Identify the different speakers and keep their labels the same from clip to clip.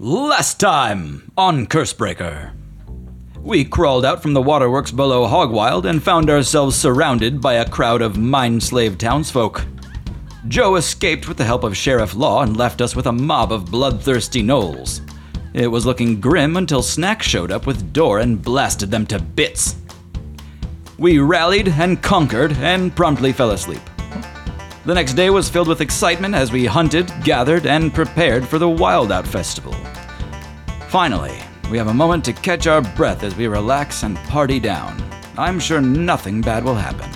Speaker 1: Last time on Cursebreaker, we crawled out from the waterworks below Hogwild and found ourselves surrounded by a crowd of mind slave townsfolk. Joe escaped with the help of Sheriff Law and left us with a mob of bloodthirsty gnolls. It was looking grim until Snack showed up with Dor and blasted them to bits. We rallied and conquered and promptly fell asleep. The next day was filled with excitement as we hunted, gathered, and prepared for the Wild Out Festival. Finally, we have a moment to catch our breath as we relax and party down. I'm sure nothing bad will happen.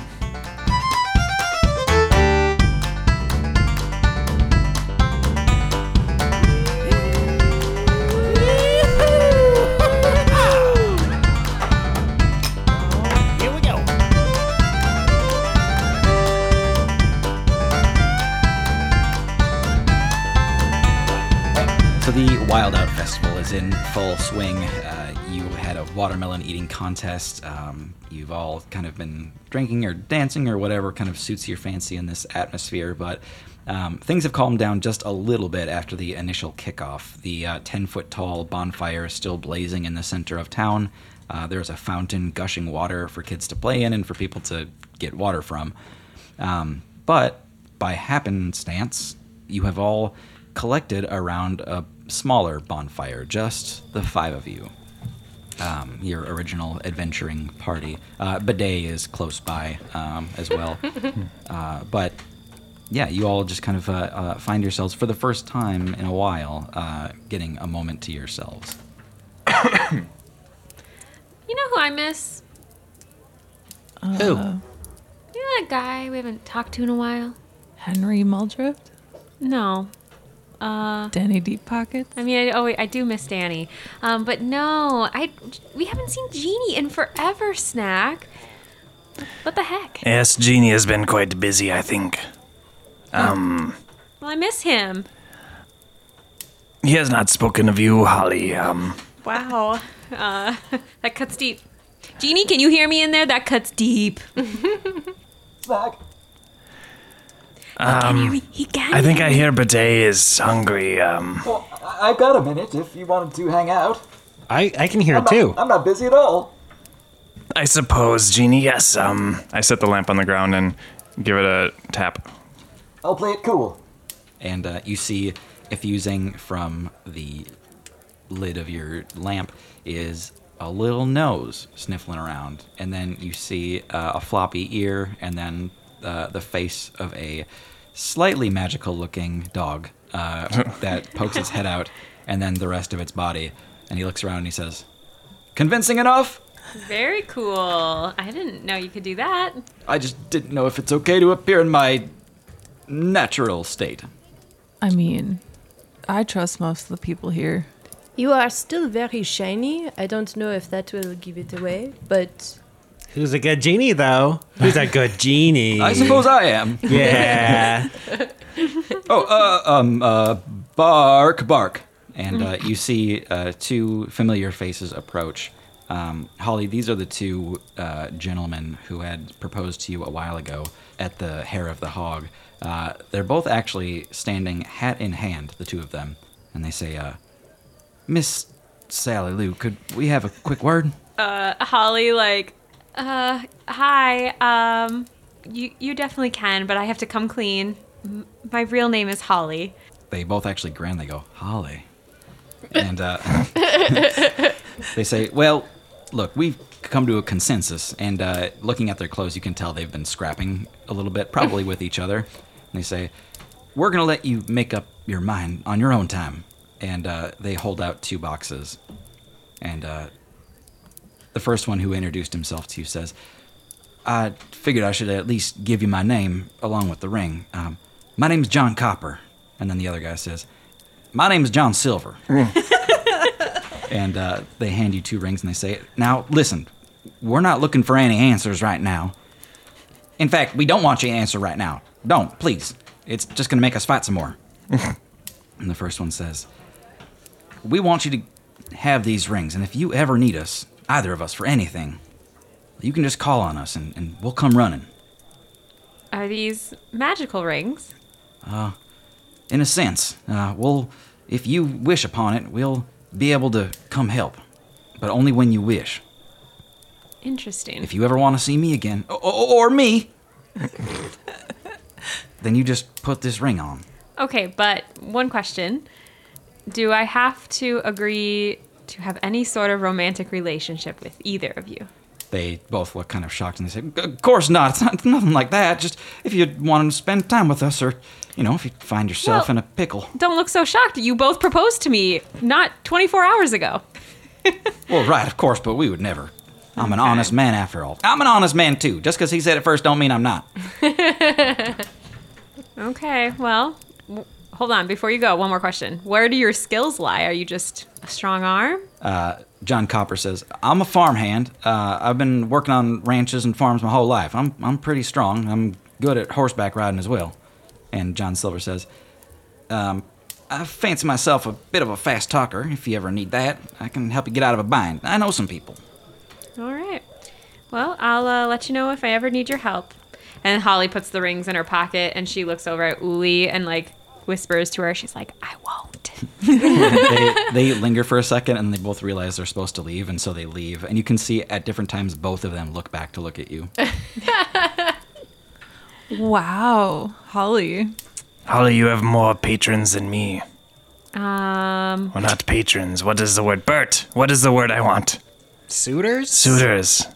Speaker 2: Here we go.
Speaker 1: So the Wild Out Festival is in full swing. Uh, you had a watermelon eating contest. Um, you've all kind of been drinking or dancing or whatever kind of suits your fancy in this atmosphere, but um, things have calmed down just a little bit after the initial kickoff. The uh, 10 foot tall bonfire is still blazing in the center of town. Uh, there's a fountain gushing water for kids to play in and for people to get water from. Um, but by happenstance, you have all collected around a smaller bonfire, just the five of you. Um, your original adventuring party. Uh, Bidet is close by um, as well. uh, but yeah, you all just kind of uh, uh, find yourselves for the first time in a while uh, getting a moment to yourselves.
Speaker 3: You know who I miss?
Speaker 4: Uh,
Speaker 1: Who?
Speaker 3: You know that guy we haven't talked to in a while?
Speaker 4: Henry Muldrift,
Speaker 3: No.
Speaker 4: Danny Deep Pockets.
Speaker 3: Uh, I mean, I, oh, I do miss Danny. Um, but no, I we haven't seen Jeannie in forever, Snack. What the heck?
Speaker 5: Yes, Genie has been quite busy, I think. Um,
Speaker 3: Well, I miss him.
Speaker 5: He has not spoken of you, Holly. Um,
Speaker 3: Wow. Uh, that cuts deep. Jeannie, can you hear me in there? That cuts deep. Oh, Can you hear me? He got
Speaker 5: um, I
Speaker 3: it.
Speaker 5: think I hear Bidet is hungry. Um,
Speaker 6: I've got a minute if you wanted to hang out.
Speaker 2: I, I can hear it too.
Speaker 6: I'm not busy at all.
Speaker 5: I suppose, Genie, yes. Um,
Speaker 7: I set the lamp on the ground and give it a tap.
Speaker 6: I'll play it cool.
Speaker 1: and uh, you see effusing from the lid of your lamp is a little nose sniffling around, and then you see uh, a floppy ear, and then uh, the face of a slightly magical-looking dog uh, that pokes its head out, and then the rest of its body. And he looks around and he says, "Convincing enough?
Speaker 3: Very cool. I didn't know you could do that.
Speaker 1: I just didn't know if it's okay to appear in my natural state."
Speaker 4: I mean, I trust most of the people here.
Speaker 8: You are still very shiny. I don't know if that will give it away, but
Speaker 2: Who's a good genie though? Who's a good genie?
Speaker 1: I suppose I am.
Speaker 2: Yeah.
Speaker 1: Oh, uh, um, uh, bark, bark. And uh, you see uh, two familiar faces approach. Um, Holly, these are the two uh, gentlemen who had proposed to you a while ago at the Hair of the Hog. Uh, they're both actually standing hat in hand, the two of them. And they say, uh, Miss Sally Lou, could we have a quick word?
Speaker 3: Uh, Holly, like, uh, hi. Um, you you definitely can, but I have to come clean. M- my real name is Holly.
Speaker 1: they both actually grin. They go, Holly. And uh, they say, Well, look, we've come to a consensus. And uh, looking at their clothes, you can tell they've been scrapping a little bit, probably with each other. And they say, We're going to let you make up your mind on your own time. And uh, they hold out two boxes. And uh, the first one who introduced himself to you says, I figured I should at least give you my name along with the ring. Um, my name's John Copper. And then the other guy says, My name's John Silver. and uh, they hand you two rings and they say, Now, listen, we're not looking for any answers right now. In fact, we don't want you to answer right now. Don't, please. It's just going to make us fight some more. and the first one says, We want you to have these rings, and if you ever need us, either of us, for anything, you can just call on us and, and we'll come running.
Speaker 3: Are these magical rings?
Speaker 1: In a sense, uh, we'll If you wish upon it, we'll be able to come help, but only when you wish.
Speaker 3: Interesting.
Speaker 1: If you ever want to see me again, oh, or, or me, then you just put this ring on.
Speaker 3: Okay, but one question. Do I have to agree to have any sort of romantic relationship with either of you?
Speaker 1: They both look kind of shocked and they say, Of course not. It's not, nothing like that. Just if you want to spend time with us, or, you know, if you find yourself
Speaker 3: Well-
Speaker 1: in a pickle.
Speaker 3: Don't look so shocked. You both proposed to me not 24 hours ago.
Speaker 1: Well, right, of course, but we would never. I'm an honest man after all. I'm an honest man too. Just because he said it first don't mean I'm not.
Speaker 3: Okay, well, w- hold on. Before you go, one more question. Where do your skills lie? Are you just a strong arm?
Speaker 1: Uh, John Copper says, I'm a farmhand. Uh, I've been working on ranches and farms my whole life. I'm, I'm pretty strong. I'm good at horseback riding as well. And John Silver says, um, I fancy myself a bit of a fast talker. If you ever need that, I can help you get out of a bind. I know some people.
Speaker 3: All right. Well, I'll uh, let you know if I ever need your help. And Holly puts the rings in her pocket and she looks over at Uli and like whispers to her. She's like, I won't.
Speaker 1: they, they linger for a second and they both realize they're supposed to leave, and so they leave. And you can see at different times both of them look back to look at you.
Speaker 4: Wow, Holly.
Speaker 5: Holly, you have more patrons than me.
Speaker 3: Um,
Speaker 5: Well, not patrons. What is the word? Bert, what is the word I want?
Speaker 2: Suitors?
Speaker 5: Suitors.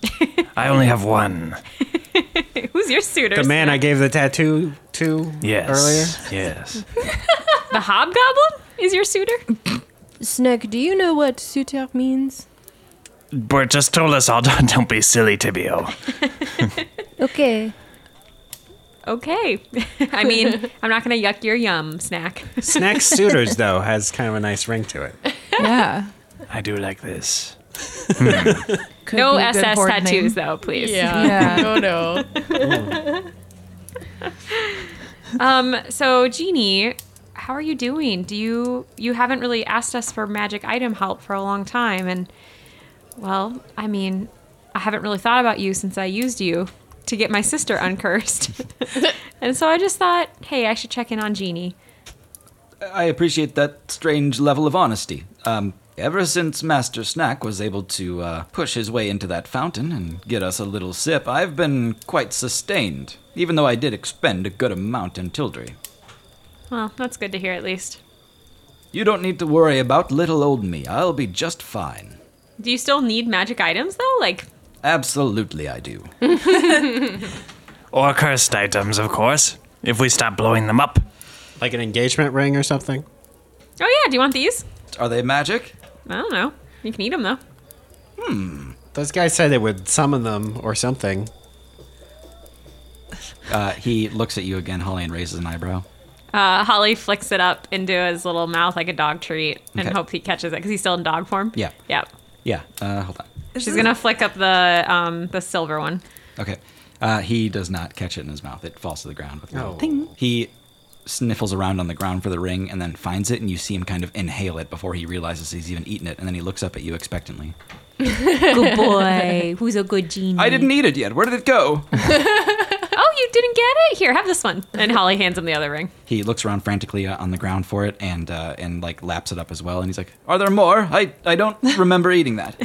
Speaker 5: I only have one.
Speaker 3: who's your suitor?
Speaker 2: The man I gave the tattoo to
Speaker 5: Yes.
Speaker 2: earlier?
Speaker 5: Yes.
Speaker 3: The hobgoblin is your suitor?
Speaker 8: Snake, do you know what suitor means?
Speaker 5: Bert just told us all, don't be silly, Tibio.
Speaker 8: Okay.
Speaker 3: Okay. I mean, I'm not going to yuck your yum snack.
Speaker 2: Snack Suitors, though, has kind of a nice ring to it.
Speaker 4: Yeah.
Speaker 5: I do like this.
Speaker 4: Could
Speaker 3: No
Speaker 4: be a good
Speaker 3: SS
Speaker 4: board name.
Speaker 3: tattoos, though, please.
Speaker 4: Yeah.
Speaker 9: No, no.
Speaker 3: Um, so, Jeannie, how are you doing? Do you, you haven't really asked us for magic item help for a long time. And, well, I mean, I haven't really thought about you since I used you to get my sister uncursed. and so I just thought, hey, I should check in on Jeannie.
Speaker 1: I appreciate that strange level of honesty. Um, ever since Master Snack was able to uh, push his way into that fountain and get us a little sip, I've been quite sustained, even though I did expend a good amount in Tildry.
Speaker 3: Well, that's good to hear, at least.
Speaker 1: You don't need to worry about little old me. I'll be just fine.
Speaker 3: Do you still need magic items, though? Like, Oh,
Speaker 1: Absolutely, I do.
Speaker 5: Or cursed items, of course, if we stop blowing them up.
Speaker 2: Like an engagement ring or something?
Speaker 3: oh, yeah, do you want these?
Speaker 1: Are they magic?
Speaker 3: I don't know. You can eat them, though.
Speaker 1: Hmm.
Speaker 2: Those guys said they would summon them or something.
Speaker 1: Uh, he looks at you again, Holly, and raises an eyebrow.
Speaker 3: Uh, Holly flicks it up into his little mouth like a dog treat and
Speaker 1: Okay.
Speaker 3: hope he catches it because he's still in dog form.
Speaker 1: Yeah.
Speaker 3: Yep.
Speaker 1: Yeah, uh, hold on.
Speaker 3: She's gonna flick up the um, the silver one.
Speaker 1: Okay. Uh, he does not catch it in his mouth. It falls to the ground with a little
Speaker 2: Oh.
Speaker 1: ting. He sniffles around on the ground for the ring and then finds it, and you see him kind of inhale it before he realizes he's even eaten it, and then he looks up at you expectantly.
Speaker 3: Good boy. Who's a good genie?
Speaker 1: I didn't eat it yet. Where did it go?
Speaker 3: Oh, you didn't get it? Here, have this one. And Holly hands him the other ring.
Speaker 1: he looks around frantically uh, on the ground for it and uh, and like laps it up as well, and he's like, "Are there more? I I don't remember eating that."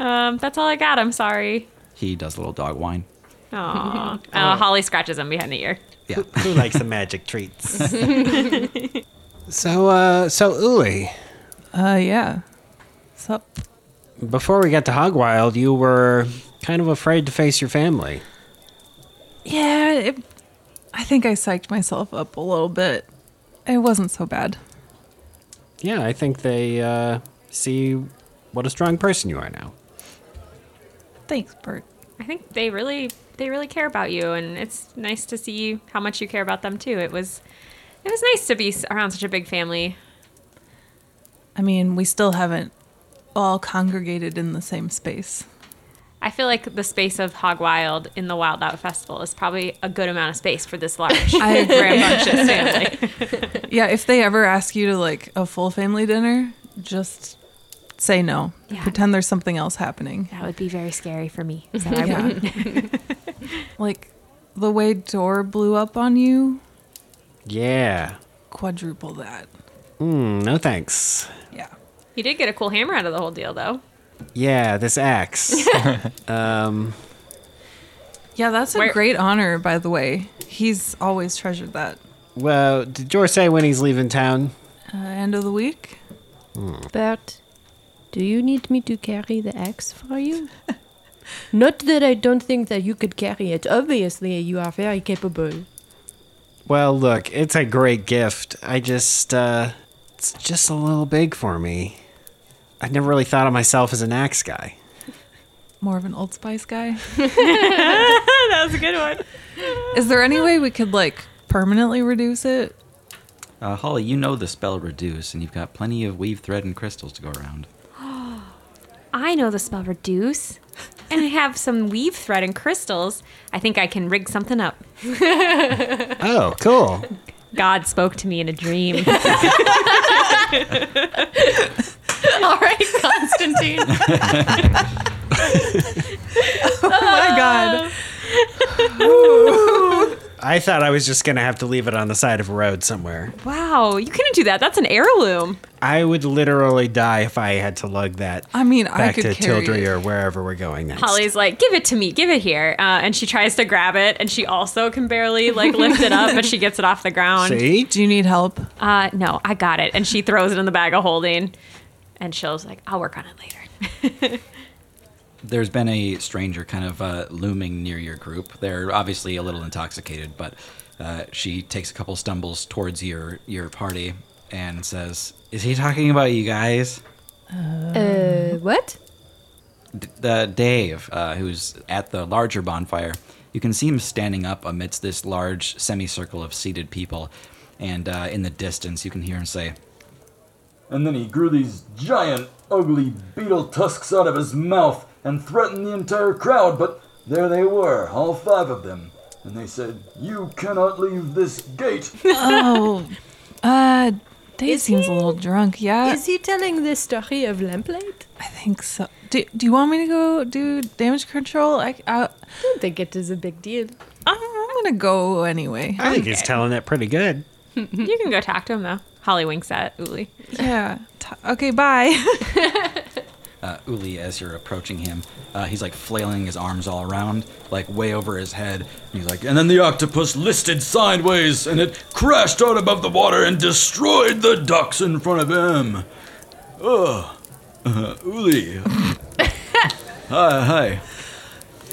Speaker 3: Um, that's all I got. I'm sorry.
Speaker 1: he does a little dog whine.
Speaker 3: Aww.
Speaker 1: Oh.
Speaker 3: Uh, Holly scratches him behind the ear.
Speaker 1: Yeah.
Speaker 2: Who likes the magic treats?
Speaker 3: Mhm.
Speaker 2: so, uh, so Uli,
Speaker 4: Uh, yeah. What's up?
Speaker 2: before we got to Hogwild, you were kind of afraid to face your family.
Speaker 4: Yeah, it, I think I psyched myself up a little bit. It wasn't so bad.
Speaker 2: Yeah, I think they uh, see what a strong person you are now.
Speaker 4: Thanks, Bert.
Speaker 3: I think they really they really care about you, and it's nice to see how much you care about them too. It was it was nice to be s- around such a big family.
Speaker 4: I mean, we still haven't all congregated in the same space.
Speaker 3: I feel like the space of Hog Wild in the Wild Out Festival is probably a good amount of space for this large,
Speaker 4: I
Speaker 3: rambunctious family.
Speaker 4: Yeah, if they ever ask you to like a full family dinner, just say no.
Speaker 3: Yeah.
Speaker 4: Pretend there's something else happening.
Speaker 3: That would be very scary for me. So
Speaker 4: Yeah. like the way Dor blew up on you,
Speaker 2: Yeah. Hmm,
Speaker 4: quadruple that.
Speaker 2: No thanks.
Speaker 4: Yeah.
Speaker 3: You did get a cool hammer out of the whole deal, though.
Speaker 2: Yeah, this Um, axe.
Speaker 4: Yeah, that's a
Speaker 3: Where-
Speaker 4: great honor, by the way. He's always treasured that.
Speaker 2: well, did Jor say when he's leaving town? Hmm.
Speaker 4: Uh, end of the week?
Speaker 8: Bert, do you need me to carry the axe for you? Not that I don't think that you could carry it. Obviously, you are very capable.
Speaker 2: Well, look, it's a great gift. I just, uh, it's just a little big for me. I never really thought of myself as an axe guy.
Speaker 4: More of an Old Spice guy?
Speaker 3: That was a good one.
Speaker 4: Is there any way we could, like, permanently reduce it?
Speaker 1: Uh, Holly, you know the spell reduce, and you've got plenty of weave thread and crystals to go around.
Speaker 3: I know the spell reduce, and I have some weave thread and crystals. I think I can rig something up.
Speaker 2: Oh, cool.
Speaker 3: God spoke to me in a dream. All right, Constantine.
Speaker 4: Oh my god.
Speaker 2: I thought I was just going to have to leave it on the side of a road somewhere.
Speaker 3: Wow, you couldn't do that. That's an heirloom.
Speaker 2: I would literally die if I had to lug that
Speaker 4: I mean, I
Speaker 2: back
Speaker 4: could
Speaker 2: to
Speaker 4: carry
Speaker 2: Tildry
Speaker 4: it.
Speaker 2: or wherever we're going next.
Speaker 3: Holly's like, give it to me, give it here. Uh, and she tries to grab it, and she also can barely like lift it up, but she gets it off the ground.
Speaker 2: See?
Speaker 4: Do you need help?
Speaker 3: Uh, no, I got it. And she throws it in the bag of holding, and she's like, I'll work on it later.
Speaker 1: There's been a stranger kind of uh, looming near your group. They're obviously a little intoxicated, but uh, she takes a couple stumbles towards your your party and says, "Is he talking about you guys?"
Speaker 8: Uh, what?
Speaker 1: D- uh, Dave, uh, who's at the larger bonfire, you can see him standing up amidst this large semicircle of seated people, and uh, in the distance you can hear him say,
Speaker 6: And then he grew these giant, ugly beetle tusks out of his mouth and threatened the entire crowd, but there they were, all five of them. And they said, You cannot leave this gate.
Speaker 4: Oh. Uh, Dave
Speaker 8: Is
Speaker 4: seems
Speaker 8: he-
Speaker 4: a little drunk, yeah?
Speaker 8: Is he telling the story of lamplight?
Speaker 4: I think so. Do, do you want me to go do damage control? I, I,
Speaker 8: I don't think it is a big deal.
Speaker 4: I'm, I'm gonna go anyway.
Speaker 2: I think he's telling it pretty good.
Speaker 3: you can go talk to him, though. Holly winks at Uli.
Speaker 4: Yeah. T- okay, bye.
Speaker 1: uh, Uli as you're approaching him. Uh, he's like flailing his arms all around, like way over his head. And he's like,
Speaker 6: And then the octopus listed sideways, and it crashed out above the water and destroyed the ducks in front of him. Ugh. Uh, Uli. hi, hi.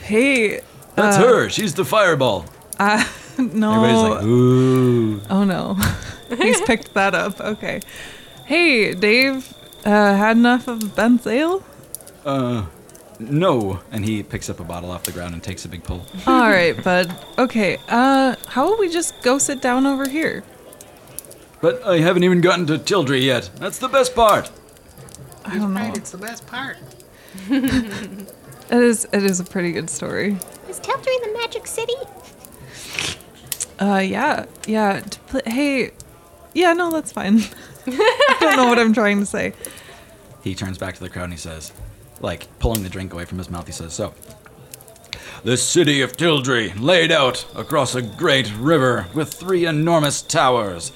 Speaker 4: hey.
Speaker 6: That's her. She's the fireball. Everybody's
Speaker 4: Uh, No.
Speaker 6: like, ooh.
Speaker 4: oh no. He's picked that up. Okay. Hey, Dave. Uh, had enough of Ben's ale?
Speaker 1: Uh, no. And he picks up a bottle off the ground and takes a big pull.
Speaker 4: All right, bud. Okay. Uh, how about we just go sit down over here?
Speaker 6: But I haven't even gotten to Tildry yet. That's the best part.
Speaker 4: I don't know. It's the best part. it is. It is a pretty good story.
Speaker 9: Is Teltry in the Magic City?
Speaker 4: Uh, yeah, yeah. To pl- hey, yeah, no, that's fine. I don't know what I'm trying to say.
Speaker 1: He turns back to the crowd and he says, like pulling the drink away from his mouth, he says, So,
Speaker 6: The city of Tildry, laid out across a great river
Speaker 1: with three enormous towers,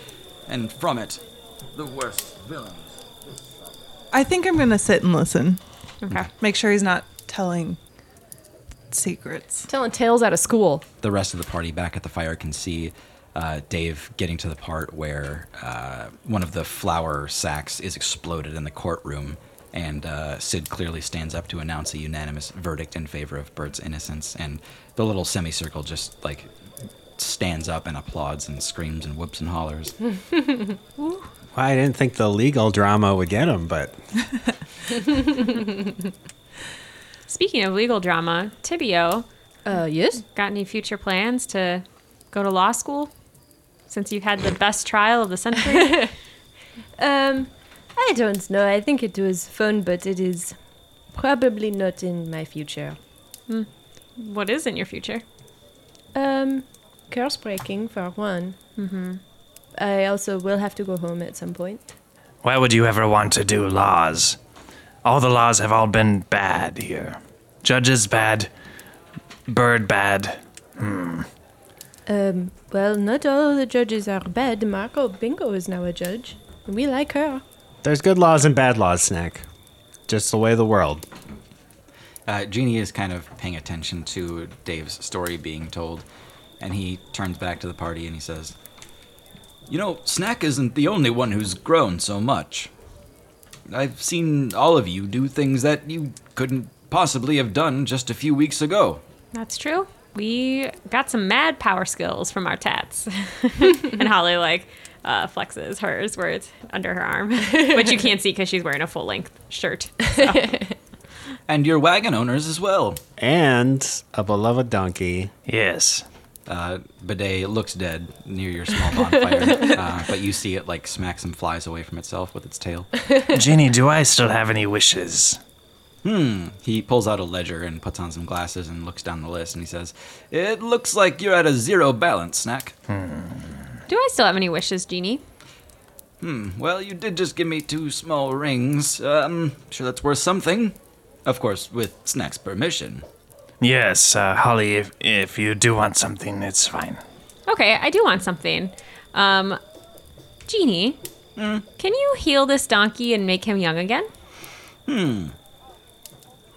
Speaker 1: and from it, the worst villains.
Speaker 4: I think I'm gonna sit and listen.
Speaker 3: Okay.
Speaker 4: Make sure he's not telling secrets.
Speaker 8: Telling tales out of school.
Speaker 1: the rest of the party back at the fire can see uh, Dave getting to the part where uh, one of the flour sacks is exploded in the courtroom, and uh, Sid clearly stands up to announce a unanimous verdict in favor of Bert's innocence, and the little semicircle just like stands up and applauds and screams and whoops and hollers.
Speaker 2: Well, I didn't think the legal drama would get him, but
Speaker 3: Speaking of legal drama, Tibio,
Speaker 8: Uh, yes?
Speaker 3: got any future plans to go to law school? Since you've had the best trial of the century?
Speaker 8: Um, I don't know. I think it was fun, but it is probably not in my future.
Speaker 3: what is in your future?
Speaker 8: Um, curse breaking for one. Mm-hmm. I also will have to go home at some point.
Speaker 5: Why would you ever want to do laws? All the laws have all been bad here. Judges bad, bird bad. Hmm.
Speaker 8: Um, well, not all the judges are bad. Marco Bingo is now a judge. We like her.
Speaker 2: There's good laws and bad laws, Snack. Just the way of the world.
Speaker 1: Uh, Genie is kind of paying attention to Dave's story being told, and he turns back to the party and he says, You know, Snack isn't the only one who's grown so much. I've seen all of you do things that you couldn't possibly have done just a few weeks ago.
Speaker 3: That's true. We got some mad power skills from our tats. and Holly, like, uh, flexes hers where it's under her arm, which you can't see because she's wearing a full length shirt.
Speaker 1: And your wagon owners as well.
Speaker 2: And a beloved donkey.
Speaker 5: Yes.
Speaker 1: Uh, Bidet looks dead near your small bonfire, uh, but you see it like smacks and flies away from itself with its tail.
Speaker 5: Ginny, do I still have any wishes?
Speaker 1: Hmm. He pulls out a ledger and puts on some glasses and looks down the list and he says, It looks like you're at a zero balance, Snack.
Speaker 5: Hmm.
Speaker 3: Do I still have any wishes, Jeannie?
Speaker 1: Hmm. Well, you did just give me two small rings. Um, sure that's worth something. Of course, with Snack's permission.
Speaker 5: Yes, uh, Holly, if, if you do want something, it's fine.
Speaker 3: Okay, I do want something. Um, Jeannie, can you heal this donkey and make him young again?
Speaker 1: Hmm.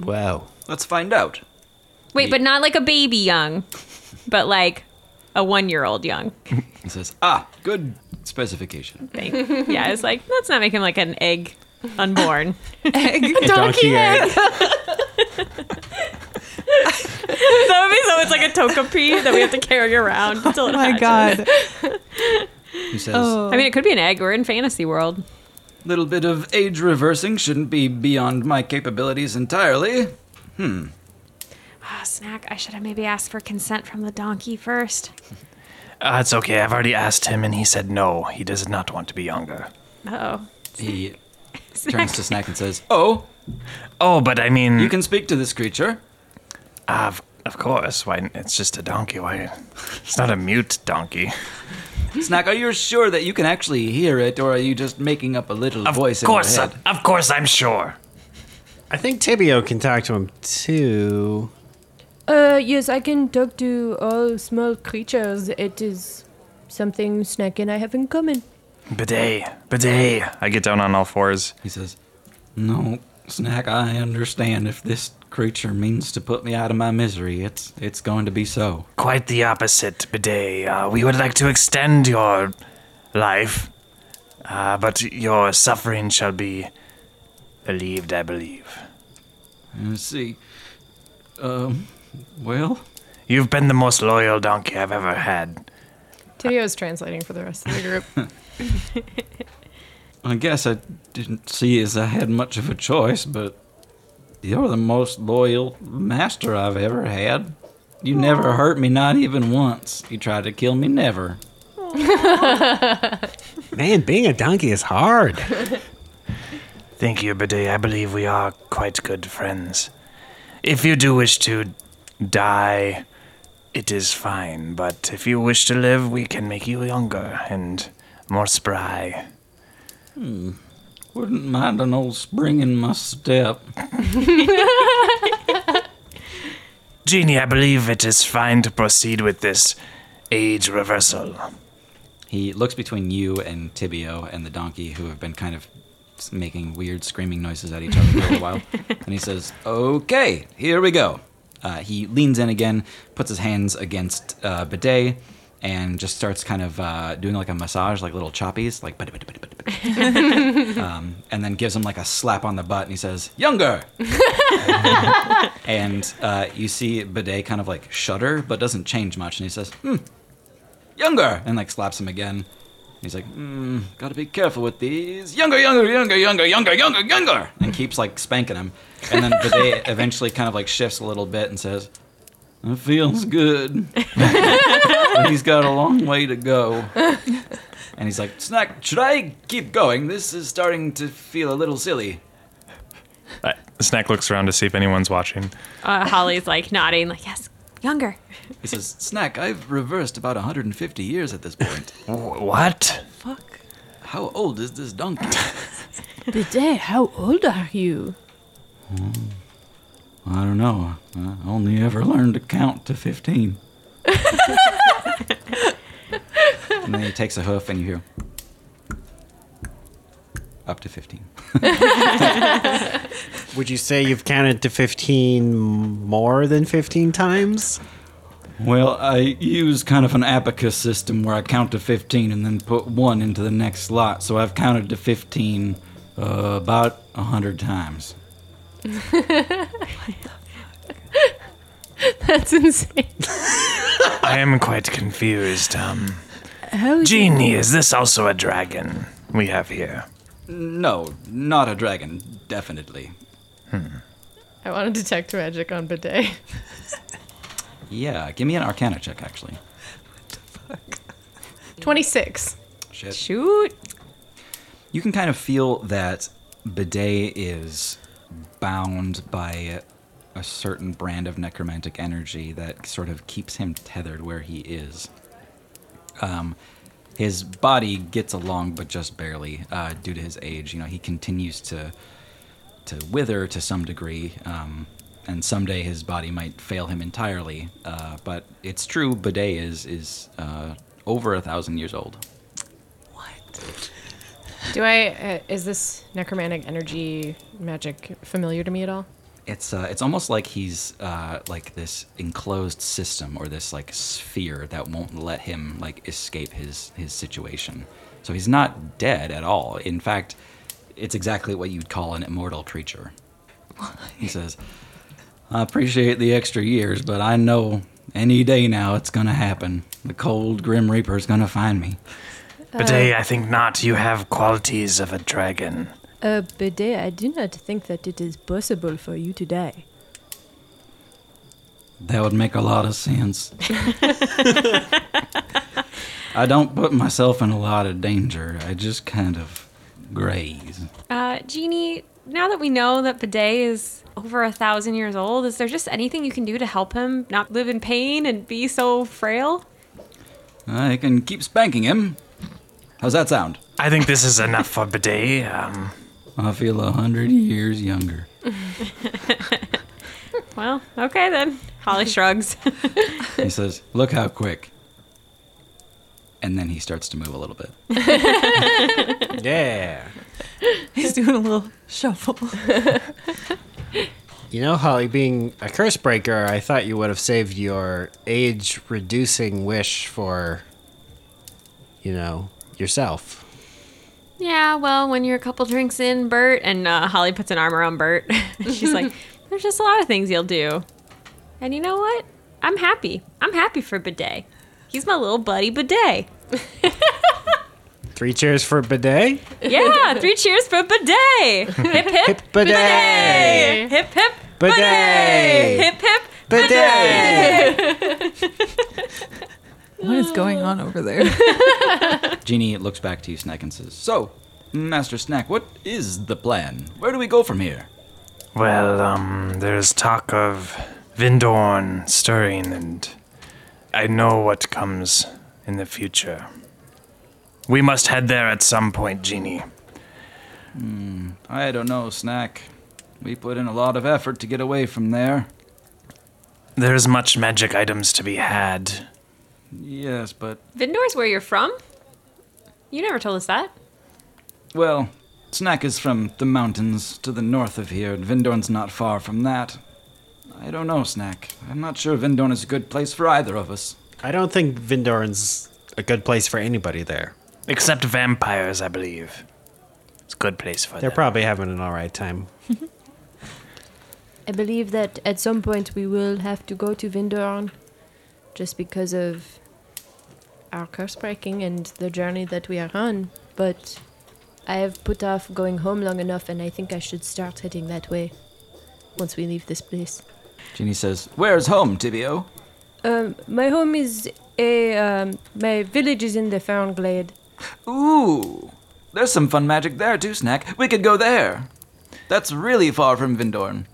Speaker 2: Wow.
Speaker 1: Let's find out.
Speaker 3: Wait, but not like a baby young, but like a one year old young.
Speaker 1: He says, Ah, good specification.
Speaker 3: Yeah, I was like, let's not make him like an egg unborn.
Speaker 2: Donkey egg.
Speaker 3: that would be so it's like a tokapi that we have to carry around until it
Speaker 4: Oh my
Speaker 3: hatches.
Speaker 4: god.
Speaker 1: He says,
Speaker 4: Oh.
Speaker 3: I mean, it could be an egg. We're in fantasy world.
Speaker 1: Little bit of age reversing shouldn't be beyond my capabilities entirely. Hmm.
Speaker 3: Ah, snack. I should have maybe asked for consent from the donkey first.
Speaker 5: Uh, it's okay. I've already asked him, and he said no. He does not want to be younger.
Speaker 3: Oh,
Speaker 1: He turns to Snack and says, Oh,
Speaker 5: Oh, but I mean,
Speaker 1: you can speak to this creature.
Speaker 5: of, of course. Why? It's just a donkey. Why? It's not a mute donkey.
Speaker 1: Snack, are you sure that you can actually hear it, or are you just making up a little
Speaker 5: Of
Speaker 1: voice
Speaker 5: course,
Speaker 1: in your
Speaker 5: I-
Speaker 1: head?
Speaker 5: of course, I'm sure.
Speaker 2: I think Tibio can talk to him too.
Speaker 8: Uh, yes, I can talk to all small creatures. It is something Snack and I have in common.
Speaker 5: Bidet,
Speaker 7: Hey,
Speaker 5: bidet.
Speaker 7: I get down on all fours.
Speaker 1: He says, No, Snack, I understand. If this creature means to put me out of my misery, it's it's going to be so.
Speaker 5: Quite the opposite, Bidet. Uh, we would like to extend your life, uh, but your suffering shall be relieved, I believe.
Speaker 1: I see. Um, well,
Speaker 5: You've been the most loyal donkey I've ever had.
Speaker 10: Tibio is translating for the rest of the group.
Speaker 1: I guess I didn't see as I had much of a choice, but you're the most loyal master I've ever had. You never hurt me, not even once. You tried to kill me, never.
Speaker 2: Man, being a donkey is hard.
Speaker 5: Thank you, Bidet. I believe we are quite good friends. If you do wish to die, it is fine, but if you wish to live, we can make you younger and more spry.
Speaker 1: Hmm. Wouldn't mind an old spring in my step.
Speaker 5: Genie, I believe it is fine to proceed with this age reversal.
Speaker 1: He looks between you and Tibio and the donkey, who have been kind of s- making weird screaming noises at each other for a while. And he says, Okay, here we go. Uh, he leans in again, puts his hands against uh, Bidet, and just starts kind of uh, doing like a massage, like little choppies, like. "Bada, bada, bada, bada, bada." um, and then gives him like a slap on the butt, and he says, Younger! and uh, you see Bidet kind of like shudder, but doesn't change much. And he says, Hmm, younger and like slaps him again he's like mm, gotta be careful with these younger younger younger younger younger younger younger and keeps like spanking him and then bidet eventually kind of like shifts a little bit and says it feels good But he's got a long way to go and he's like snack should i keep going this is starting to feel a little silly
Speaker 7: I, Snack looks around to see if anyone's watching.
Speaker 3: uh, Holly's like nodding, like yes, younger.
Speaker 1: he says snack i've reversed about 150 years at this point
Speaker 5: Wh- What?
Speaker 1: how old is this donkey
Speaker 8: Bidet, how old are you?
Speaker 1: I don't know. I only ever learned to count to 15. and then he takes a hoof and you hear. Up to 15.
Speaker 2: Would you say you've counted to 15 more than 15 times?
Speaker 1: Well, I use kind of an abacus system where I count to 15 and then put one into the next slot. So I've counted to 15 uh, about 100 times.
Speaker 10: That's insane.
Speaker 5: I am quite confused. Um,
Speaker 10: How is
Speaker 5: Genie, is this also a dragon we have here?
Speaker 1: No, not a dragon, definitely.
Speaker 10: I want to detect magic on bidet.
Speaker 1: Yeah, give me an arcana check, actually.
Speaker 10: 26.
Speaker 1: Shit.
Speaker 3: Shoot.
Speaker 1: You can kind of feel that Bidet is bound by a certain brand of necromantic energy that sort of keeps him tethered where he is. Um, his body gets along, but just barely, uh, due to his age. You know, he continues to to wither to some degree, um, and someday his body might fail him entirely. Uh, but it's true, Bidet is is uh, over a thousand years old.
Speaker 10: Do I. Uh, is this necromantic energy magic familiar to me at all?
Speaker 1: It's uh, it's almost like he's uh, like this enclosed system or this like sphere that won't let him like escape his his situation. So he's not dead at all. In fact, it's exactly what you'd call an immortal creature. He says, "I appreciate the extra years, but I know any day now it's gonna happen. The cold grim reaper's gonna find me."
Speaker 5: Bidet, I think not. You have qualities of a dragon.
Speaker 8: Uh, Bidet, I do not think that it is possible for you to die.
Speaker 1: That would make a lot of sense. I don't put myself in a lot of danger. I just kind of graze.
Speaker 3: Uh, Jeannie, now that we know that Bidet is over a thousand years old, is there just anything you can do to help him not live in pain and be so frail?
Speaker 1: I can keep spanking him. How's that sound?
Speaker 5: I think this is enough for Bidet. Um,
Speaker 1: I feel a hundred years younger.
Speaker 3: Well, okay then. Holly shrugs.
Speaker 1: He says, Look how quick. And then he starts to move a little bit.
Speaker 2: Yeah.
Speaker 4: He's doing a little shuffle.
Speaker 2: You know, Holly, being a curse breaker, I thought you would have saved your age reducing wish for, you know, yourself.
Speaker 3: yeah, well, when you're a couple drinks in, Bert, and uh, Holly puts an arm around Bert, she's like, there's just a lot of things you'll do. And you know what? I'm happy. I'm happy for Bidet. He's my little buddy Bidet.
Speaker 2: Three cheers for bidet.
Speaker 3: Yeah, three cheers for Bidet. Hip hip.
Speaker 2: Bidet.
Speaker 3: Bidet. Hip hip.
Speaker 2: Bidet.
Speaker 3: Hip hip.
Speaker 2: Bidet.
Speaker 4: What is going on over there?
Speaker 1: Genie looks back to you, Snack, and says, So, Master Snack, what is the plan? Where do we go from here?
Speaker 5: well, um, there's talk of Vindorn stirring, and I know what comes in the future. We must head there at some point, Genie.
Speaker 1: Hmm, I don't know, Snack. We put in a lot of effort to get away from there.
Speaker 5: There's much magic items to be had.
Speaker 1: Yes, but
Speaker 3: Vindor's where you're from? You never told us that.
Speaker 1: Well, Snack is from the mountains to the north of here, and Vindorn's not far from that. I don't know, Snack. I'm not sure Vindorn is a good place for either of us.
Speaker 2: I don't think Vindorn's a good place for anybody there.
Speaker 5: Except vampires, I believe. It's a good place for
Speaker 2: They're
Speaker 5: them.
Speaker 2: probably having an all right time.
Speaker 8: I believe that at some point we will have to go to Vindorn just because of our curse breaking and the journey that we are on. But I have put off going home long enough, and I think I should start heading that way once we leave this place.
Speaker 1: Ginny says, Where's home, Tibio?
Speaker 8: Um, my home is a. Um, my village is in the Farn Glade.
Speaker 1: Ooh, there's some fun magic there too, Snack. We could go there. That's really far from Vindorn.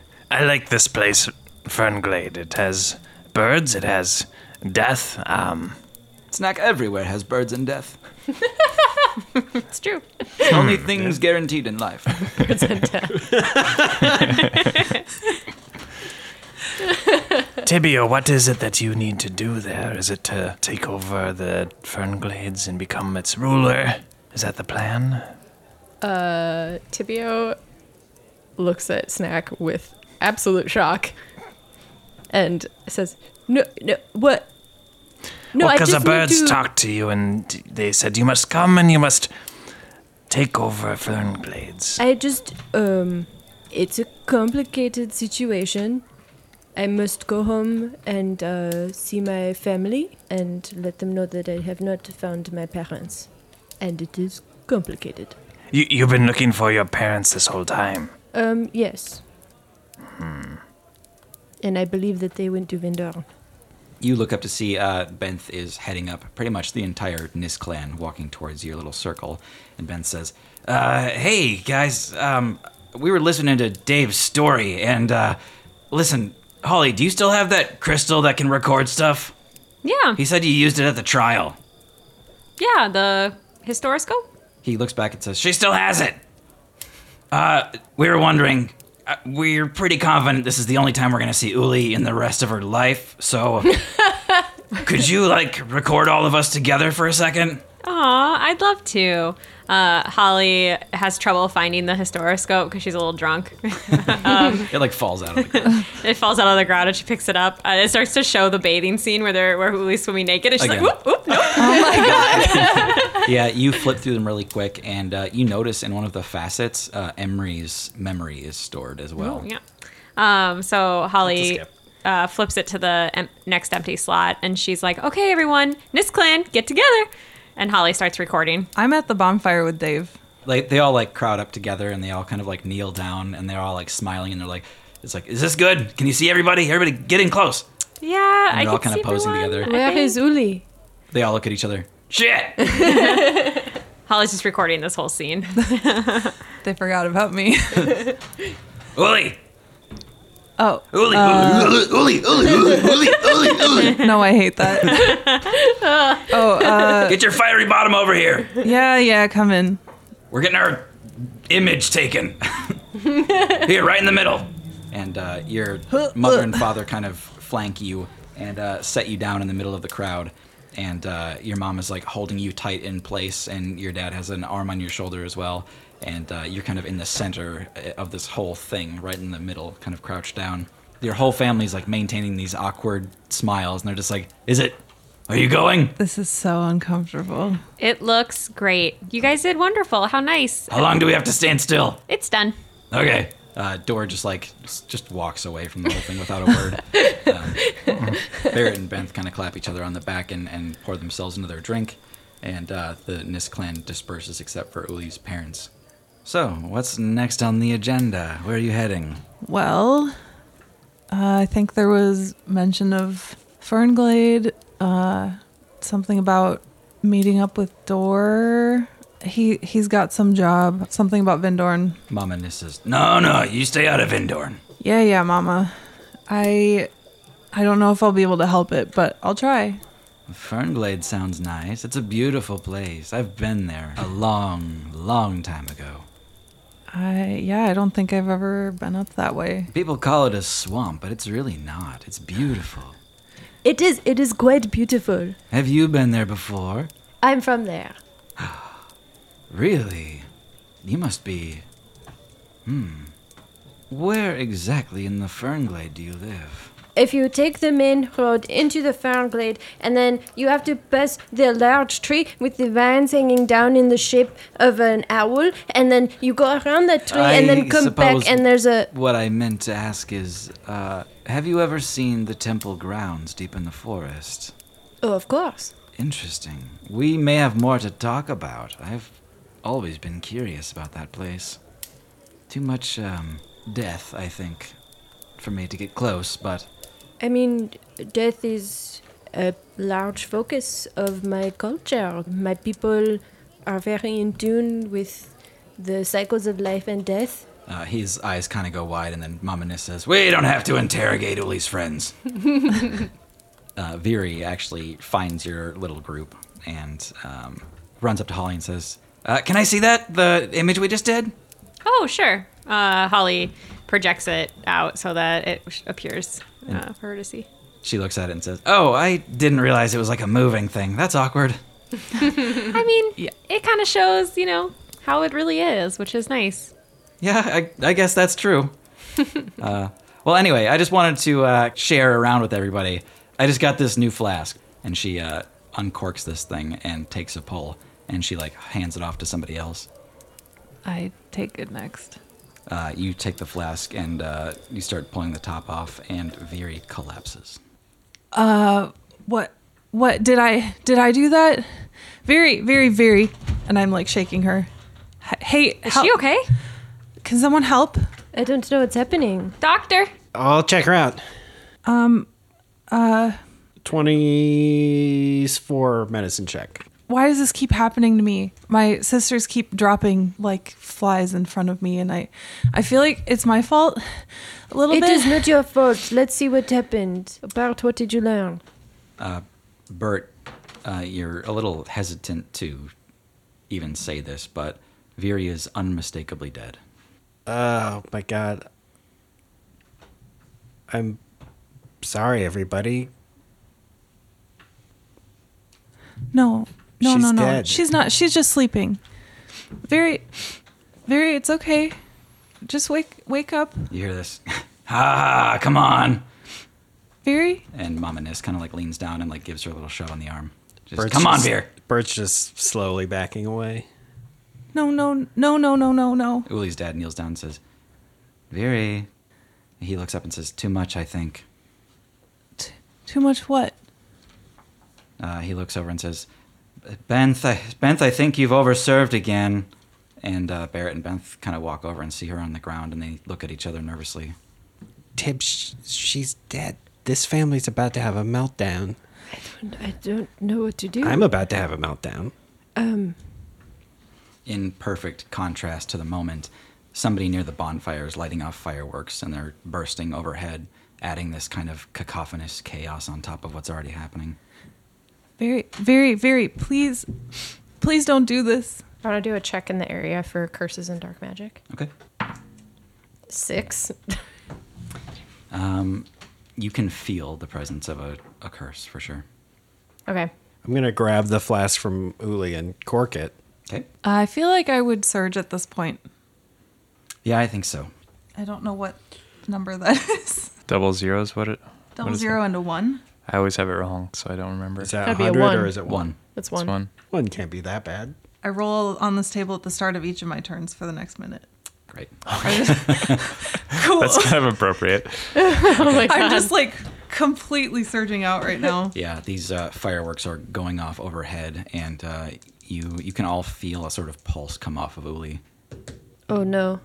Speaker 5: I like this place, Fernglade. It has birds, it has death. Um,
Speaker 1: Snack everywhere has birds and death.
Speaker 3: It's true.
Speaker 1: Only things guaranteed in life.
Speaker 5: Tibio, what is it that you need to do there? Is it to take over the Fernglades and become its ruler? Is that the plan?
Speaker 10: Uh, Tibio looks at Snack with absolute shock and says, No, no, what? No, I
Speaker 5: because
Speaker 10: just
Speaker 5: the birds
Speaker 10: need to...
Speaker 5: talked to you and they said you must come and you must take over Fernglades.
Speaker 8: I just, um, it's a complicated situation. I must go home and uh, see my family and let them know that I have not found my parents. And it is complicated.
Speaker 5: You, you've been looking for your parents this whole time.
Speaker 8: Um, yes.
Speaker 5: Hmm.
Speaker 8: And I believe that they went to Vindorn.
Speaker 1: You look up to see uh, Benth is heading up pretty much the entire Nis clan walking towards your little circle. And Benth says, uh, Hey, guys, um, we were listening to Dave's story. And uh, listen, Holly, do you still have that crystal that can record stuff?
Speaker 3: Yeah.
Speaker 1: He said you used it at the trial.
Speaker 3: Yeah, the historoscope?
Speaker 1: He looks back and says, She still has it! Uh, we were wondering. Uh, we're pretty confident this is the only time we're going to see Uli in the rest of her life. So, could you, like, record all of us together for a second?
Speaker 3: Aw, I'd love to. Uh, Holly has trouble finding the historoscope because she's a little drunk. um,
Speaker 1: It, like, falls out of the
Speaker 3: it falls out of the ground and she picks it up. Uh, it starts to show the bathing scene where they're where Uli's swimming naked and she's
Speaker 1: Again.
Speaker 3: like, whoop, whoop, nope.
Speaker 4: Oh
Speaker 1: yeah, you flip through them really quick, and uh, you notice in one of the facets, uh, Emery's memory is stored as well.
Speaker 3: Yeah. Um, so Holly uh, flips it to the em- next empty slot, and she's like, "Okay, everyone, Nis Clan, get together!" And Holly starts recording.
Speaker 4: I'm at the bonfire with Dave.
Speaker 1: Like they all like crowd up together, and they all kind of like kneel down, and they're all like smiling, and they're like, "It's like, is this good? Can you see everybody? Everybody, get in close."
Speaker 3: Yeah,
Speaker 1: And
Speaker 3: I
Speaker 1: they're all
Speaker 3: can
Speaker 1: kind
Speaker 3: see
Speaker 1: of posing
Speaker 3: everyone.
Speaker 1: together.
Speaker 8: Where is Uli?
Speaker 1: They all look at each other.
Speaker 3: Shit. Holly's just recording this whole scene.
Speaker 4: They forgot about me.
Speaker 1: Uli.
Speaker 4: Oh.
Speaker 1: Uli,
Speaker 4: Uli, Uli, Uli, Uli, Uli. No, I hate that. Oh, uh,
Speaker 1: Get your fiery bottom over here.
Speaker 4: yeah, yeah, come in.
Speaker 1: We're getting our image taken. Here, right in the middle. And uh, your mother and father kind of flank you and uh, set you down in the middle of the crowd. And uh, your mom is like holding you tight in place, and your dad has an arm on your shoulder as well. And uh, you're kind of in the center uh, of this whole thing, right in the middle, kind of crouched down. Your whole family's like maintaining these awkward smiles, and they're just like, Is it? Are you going?
Speaker 4: This is so uncomfortable.
Speaker 3: it looks great. You guys did wonderful. How nice.
Speaker 1: How long do we have to stand still?
Speaker 3: It's done.
Speaker 1: Okay. Uh, Dora just like s- just walks away from the whole thing without a word. um, Barrett and Benth kind of clap each other on the back and, and pour themselves into their drink, and uh, the Nis clan disperses except for Uli's parents. So, what's next on the agenda? Where are you heading?
Speaker 4: Well, uh, I think there was mention of Fernglade, uh, something about meeting up with Dor. He he's got some job, something about Vindorn.
Speaker 1: Mama Nis says, "No, no, you stay out of Vindorn."
Speaker 4: Yeah, yeah, Mama. I I don't know if I'll be able to help it, but I'll try.
Speaker 1: Fernglade sounds nice. It's a beautiful place. I've been there a long, long time ago.
Speaker 4: I yeah, I don't think I've ever been up that way.
Speaker 1: People call it a swamp, but it's really not. It's beautiful.
Speaker 8: It is, it is quite beautiful.
Speaker 1: Have you been there before?
Speaker 8: I'm from there.
Speaker 1: Really? You must be. Hmm. Where exactly in the Fernglade do you live?
Speaker 8: If you take the main road into the fern glade, and then you have to pass the large tree with the vines hanging down in the shape of an owl, and then you go around that tree and
Speaker 1: I
Speaker 8: then come
Speaker 1: suppose
Speaker 8: back, and there's a.
Speaker 1: What I meant to ask is uh, have you ever seen the temple grounds deep in the forest?
Speaker 8: Oh, of course.
Speaker 1: Interesting. We may have more to talk about. I've always been curious about that place. Too much um, death, I think, for me to get close, but
Speaker 8: I mean, death is a large focus of my culture. My people are very in tune with the cycles of life and death.
Speaker 1: Uh, his eyes kind of go wide, and then Mama Nis says, We don't have to interrogate Uli's friends. uh, Viri actually finds your little group and um, runs up to Holly and says, uh, Can I see that? The image we just did?
Speaker 3: Oh, sure. Uh, Holly projects it out so that it sh- appears uh, for her to see.
Speaker 1: She looks at it and says, Oh, I didn't realize it was like a moving thing. That's awkward.
Speaker 3: I mean, it kind of shows, you know, how it really is, which is nice.
Speaker 1: Yeah, I, I guess that's true. uh, well, anyway, I just wanted to uh, share around with everybody. I just got this new flask, and she uh, uncorks this thing and takes a pull, and she like hands it off to somebody else.
Speaker 4: I take it next.
Speaker 1: Uh, you take the flask and uh, you start pulling the top off, and Viri collapses.
Speaker 4: Uh, what? What did I? Did I do that? Very, very, very. And I'm like shaking her. H- Hey,
Speaker 3: Is she okay?
Speaker 4: Can someone help?
Speaker 8: I don't know what's happening.
Speaker 3: Doctor,
Speaker 2: I'll check her out.
Speaker 4: Um, uh,
Speaker 2: 24 medicine check.
Speaker 4: why does this keep happening to me? My sisters keep dropping like flies in front of me, and I, I feel like it's my fault. A little
Speaker 8: It
Speaker 4: bit.
Speaker 8: is not your fault. Let's see what happened. Bart, what did you learn?
Speaker 1: Uh, Bert, uh, you're a little hesitant to even say this, but Viri is unmistakably dead.
Speaker 2: Oh my god. I'm sorry, everybody.
Speaker 4: No, no,
Speaker 2: She's
Speaker 4: no, no.
Speaker 2: dead.
Speaker 4: She's not. She's just sleeping. Very, very. It's okay. Just wake, wake up,
Speaker 1: You hear this? ah, come on!
Speaker 4: Very.
Speaker 1: And Mama Nis kind of like leans down and like gives her a little shove on the arm. Just,
Speaker 2: Bert's
Speaker 1: come on,
Speaker 2: just-
Speaker 1: Viri.
Speaker 2: Bert's just slowly backing away.
Speaker 4: No, no, no, no, no, no, no.
Speaker 1: Uli's dad kneels down and says, "Viri." He looks up and says, "Too much, I think."
Speaker 4: Too much. What?
Speaker 1: Uh, he looks over and says, "Benth, I, Benth, I think you've overserved again." And uh, Barrett and Benth kind of walk over and see her on the ground, and they look at each other nervously.
Speaker 2: Tibbs, sh- she's dead. This family's about to have a meltdown.
Speaker 8: I don't know what to do.
Speaker 2: I'm about to have a meltdown.
Speaker 8: um.
Speaker 1: In perfect contrast to the moment, somebody near the bonfire is lighting off fireworks, and they're bursting overhead, adding this kind of cacophonous chaos on top of what's already happening.
Speaker 4: Very, very, very. Please, please don't do this.
Speaker 10: I want to do a check in the area for curses and dark magic.
Speaker 1: Okay.
Speaker 10: Six.
Speaker 1: Um, you can feel the presence of a, a curse for sure.
Speaker 10: okay.
Speaker 2: I'm gonna grab the flask from Uli and cork it.
Speaker 1: Okay.
Speaker 4: I feel like I would surge at this point.
Speaker 1: Yeah, I think so.
Speaker 4: I don't know what number that is.
Speaker 7: Double zero is what it.
Speaker 4: Double
Speaker 7: what is
Speaker 4: zero into one.
Speaker 7: that? I always have it wrong, so I don't remember.
Speaker 2: Is that
Speaker 10: That'd be a
Speaker 2: 100
Speaker 10: one.
Speaker 2: or is it one?
Speaker 1: One.
Speaker 10: That's
Speaker 7: It's
Speaker 10: one.
Speaker 7: one.
Speaker 2: One can't be that bad.
Speaker 4: I roll on this table at the start of each of my turns for the next minute.
Speaker 1: Great.
Speaker 4: Cool.
Speaker 7: That's kind of appropriate.
Speaker 10: Oh my
Speaker 4: I'm just like completely surging out right now.
Speaker 1: Yeah, these uh, fireworks are going off overhead, and uh, you you can all feel a sort of pulse come off of Uli.
Speaker 8: Oh no.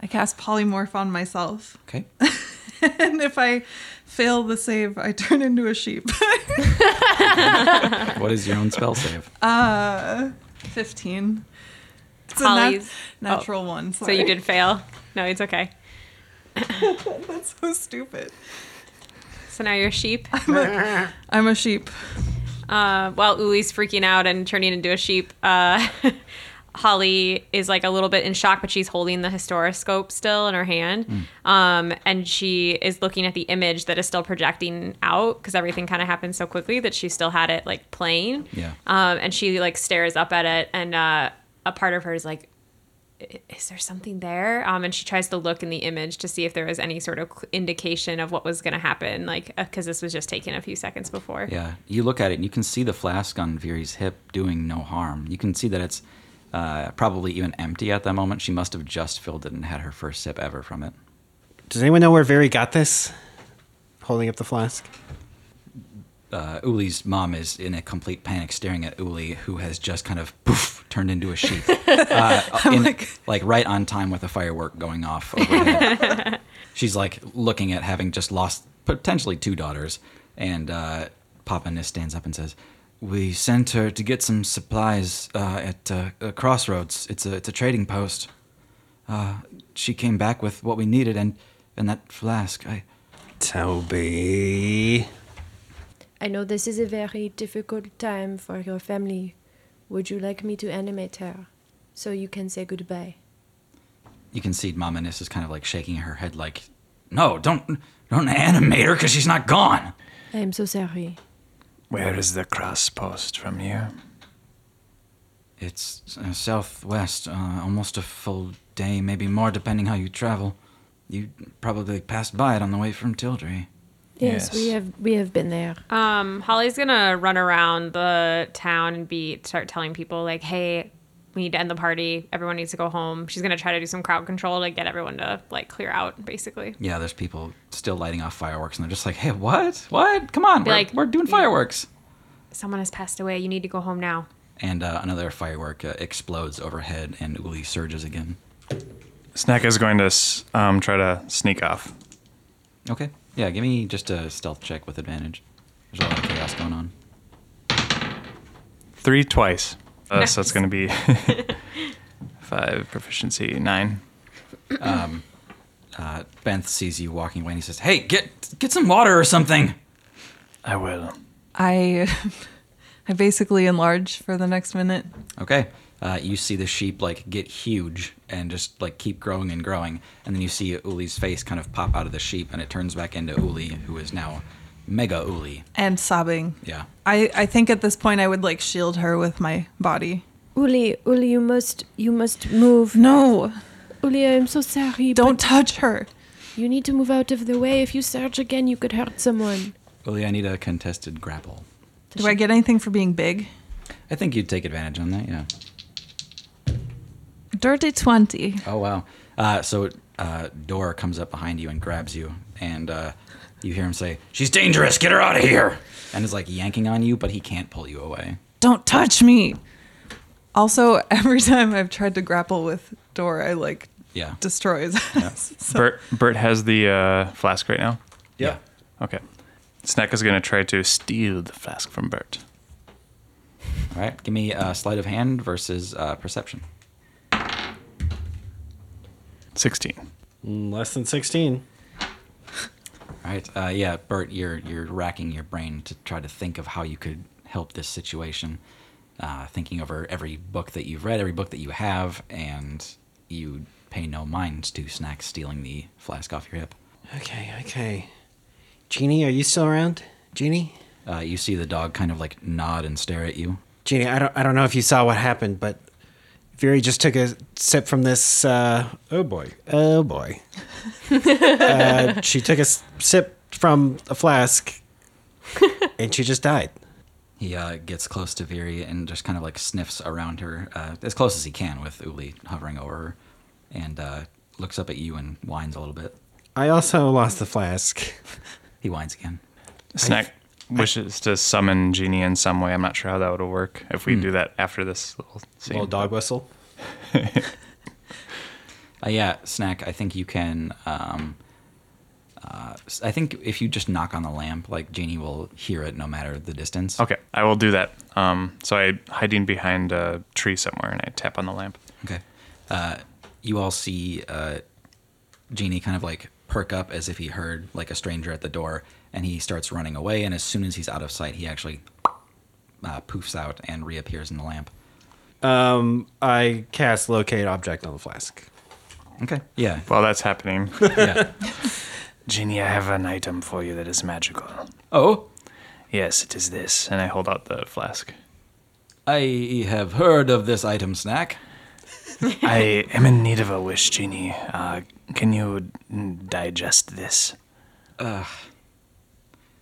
Speaker 4: I cast polymorph on myself,
Speaker 1: Okay.
Speaker 4: and if I fail the save, I turn into a sheep.
Speaker 1: what is your own spell save?
Speaker 4: Uh, fifteen. It's
Speaker 3: Holly's- Oh.
Speaker 4: natural one.
Speaker 3: so you did fail. No, it's okay.
Speaker 4: That's so stupid.
Speaker 3: So now you're a sheep.
Speaker 4: I'm a sheep.
Speaker 3: Uh, while Uli's freaking out and turning into a sheep, uh, Holly is like a little bit in shock, but she's holding the historoscope still in her hand. Um, and she is looking at the image that is still projecting out because everything kind of happened so quickly that she still had it like playing.
Speaker 1: Yeah.
Speaker 3: Um, and she like stares up at it, and uh, a part of her is like, "I- is there something there? Um, and she tries to look in the image to see if there was any sort of cl- indication of what was going to happen, like, because this was just taken a few seconds before.
Speaker 1: Yeah, you look at it and you can see the flask on Viri's hip doing no harm. You can see that it's uh, probably even empty at that moment. She must have just filled it and had her first sip ever from it.
Speaker 2: Does anyone know where Viri got this? Holding up the flask.
Speaker 1: Uh, Uli's mom is in a complete panic, staring at Uli, who has just kind of poof turned into a sheep, uh, in- like right on time with a firework going off. overhead. She's like looking at having just lost potentially two daughters, and uh, Papa Nis stands up and says, "We sent her to get some supplies uh, at uh, a crossroads. It's a it's a trading post. Uh, she came back with what we needed and and that flask. I."
Speaker 2: Toby.
Speaker 8: I know this is a very difficult time for your family. Would you like me to animate her so you can say goodbye?
Speaker 1: you can see Mama Nis is kind of like shaking her head, like, "No, don't, don't animate her because she's not gone."
Speaker 8: I am so sorry.
Speaker 5: Where is the cross post from here?
Speaker 1: It's uh, southwest, uh, almost a full day, maybe more, depending how you travel. You probably passed by it on the way from Tilbury.
Speaker 8: Yes, we have we have been there.
Speaker 3: Um, Holly's gonna run around the town and be start telling people like, "Hey, we need to end the party. Everyone needs to go home." She's gonna try to do some crowd control to get everyone to like clear out, basically.
Speaker 1: Yeah, there's people still lighting off fireworks, and they're just like, "Hey, what? What? Come on,
Speaker 3: Be
Speaker 1: we're,
Speaker 3: like,
Speaker 1: we're doing fireworks!"
Speaker 3: Someone has passed away. You need to go home now.
Speaker 1: And uh, another firework uh, explodes overhead, and Uli surges again.
Speaker 7: Snack is going to s- um, try to sneak off.
Speaker 1: Okay. Yeah, give me just a stealth check with advantage. There's a lot of chaos going on.
Speaker 7: Three twice. Uh, So it's
Speaker 3: Nice.
Speaker 7: going to be five proficiency, nine.
Speaker 1: Um, uh, Benth sees you walking away, and he says, "Hey, get get some water or something."
Speaker 7: I will.
Speaker 4: I I basically enlarge for the next minute.
Speaker 1: Okay. Uh, you see the sheep like get huge and just like keep growing and growing, and then you see Uli's face kind of pop out of the sheep, and it turns back into Uli, who is now Mega Uli.
Speaker 4: and sobbing.
Speaker 1: Yeah.
Speaker 4: I, I think at this point I would like shield her with my body.
Speaker 8: Uli, Uli, you must you must move.
Speaker 4: No,
Speaker 8: Uli, I'm so sorry.
Speaker 4: don't
Speaker 8: but
Speaker 4: touch her.
Speaker 8: You need to move out of the way. If you surge again, you could hurt someone.
Speaker 1: Uli, I need a contested grapple.
Speaker 4: Do I get anything for being big?
Speaker 1: I think you'd take advantage on that. Yeah.
Speaker 4: Dirty 20.
Speaker 1: Oh wow! Uh, so uh, Dora comes up behind you and grabs you, and uh, you hear him say, "She's dangerous. Get her out of here!" And is like yanking on you, but he can't pull you away.
Speaker 4: Don't touch me. Also, every time I've tried to grapple with Dora, I like
Speaker 1: Yeah.
Speaker 4: destroy his ass. So-
Speaker 7: Bert, Bert has the uh, flask right now.
Speaker 1: Yeah.
Speaker 7: Okay. Snack is going to try to steal the flask from Bert.
Speaker 1: All right. Give me uh, sleight of hand versus uh, perception.
Speaker 7: 16.
Speaker 2: Mm, Less than 16.
Speaker 1: All right. Uh, yeah, Bert, you're you're racking your brain to try to think of how you could help this situation. Uh, thinking over every book that you've read, every book that you have, and you pay no mind to Snack stealing the flask off your hip.
Speaker 2: Okay, okay. Jeannie, are you still around? Jeannie?
Speaker 1: Uh, you see the dog kind of like nod and stare at you.
Speaker 2: Jeannie, I don't, I don't know if you saw what happened, but Fury just took a sip from this. Uh, oh boy. Oh boy. uh, she took a s- sip from a flask and she just died.
Speaker 1: He uh, gets close to Viri and just kind of like sniffs around her uh, as close as he can with Uli hovering over her and uh, looks up at you and whines a little bit.
Speaker 2: I also lost the flask.
Speaker 1: He whines again.
Speaker 7: Snack wishes to summon Genie in some way. I'm not sure how that would work if we
Speaker 1: Hmm.
Speaker 7: do that after this little scene.
Speaker 2: Little dog whistle.
Speaker 1: Uh, yeah, Snack, I think you can. Um, uh, s- I think if you just knock on the lamp, like Genie will hear it no matter the distance.
Speaker 7: Okay, I will do that. Um, so I hiding behind a tree somewhere and I tap on the lamp.
Speaker 1: Okay. Uh, you all see uh, Genie kind of like perk up as if he heard like a stranger at the door, and he starts running away. And as soon as he's out of sight, he actually uh, poofs out and reappears in the lamp.
Speaker 2: Um, I cast locate object on the flask.
Speaker 1: Okay. Yeah.
Speaker 7: While that's happening,
Speaker 1: Yeah.
Speaker 5: Genie, I have an item for you that is magical.
Speaker 1: oh,
Speaker 5: Yes, it is this.
Speaker 7: and I hold out the flask.
Speaker 1: I have heard of this item, Snack.
Speaker 5: I am in need of a wish, Genie. Uh, can you mm, digest this?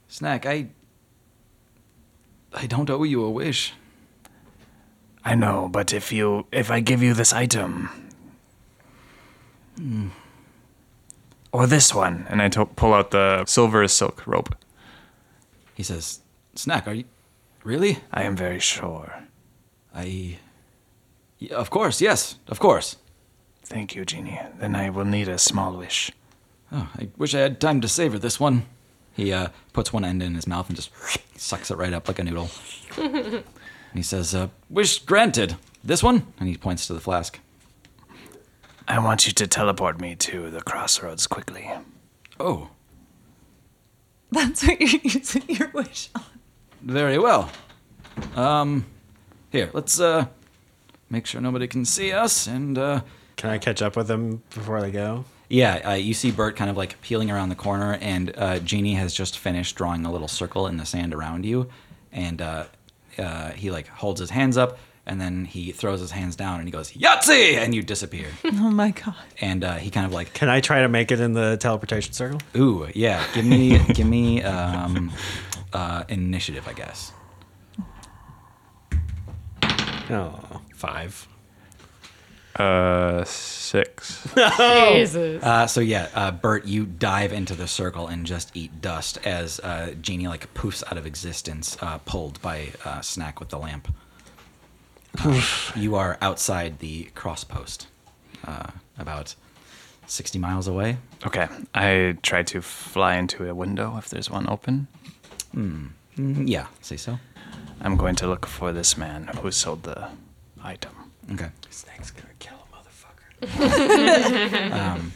Speaker 1: Snack, I. I don't owe you a wish.
Speaker 5: I know, but if you if I give you this item
Speaker 1: Hmm.
Speaker 5: or this one,
Speaker 7: And I to- pull out the silver silk rope.
Speaker 1: He says, Snack, are you. Really?
Speaker 5: I am very sure.
Speaker 1: I. Y- Of course, yes, of course.
Speaker 5: Thank you, Genie. Then I will need a small wish.
Speaker 1: Oh, I wish I had time to savor this one. He uh, puts one end in his mouth and just sucks it right up like a noodle. and he says, uh, Wish granted. This one? And he points to the flask.
Speaker 5: I want you to teleport me to the crossroads quickly.
Speaker 1: Oh,
Speaker 4: That's what you're using your wish on.
Speaker 1: very well. Um, here, let's uh, make sure nobody can see us. And uh,
Speaker 2: Can I catch up with them before they go?
Speaker 1: yeah, uh, you see Bert kind of like peeling around the corner, and uh, Jeannie has just finished drawing a little circle in the sand around you. And uh, uh, he like holds his hands up, and then he throws his hands down and he goes Yahtzee, and you disappear.
Speaker 4: Oh my god.
Speaker 1: and uh, he kind of like,
Speaker 2: Can I try to make it in the teleportation circle?
Speaker 1: ooh, yeah, give me, give me um, uh, initiative, I guess.
Speaker 2: Oh, five.
Speaker 7: Uh, six.
Speaker 10: Jesus.
Speaker 1: Uh, so yeah, uh, Bert, you dive into the circle and just eat dust as uh, Genie like poofs out of existence, uh, pulled by uh, Snack with the lamp. Uh, you are outside the cross post, uh, about sixty miles away.
Speaker 7: Okay, I try to fly into a window if there's one open. Mm-hmm.
Speaker 1: Mm, yeah, say so.
Speaker 7: I'm going to look for this man who sold the item.
Speaker 1: Okay.
Speaker 2: Snake's gonna kill a motherfucker.
Speaker 1: Um,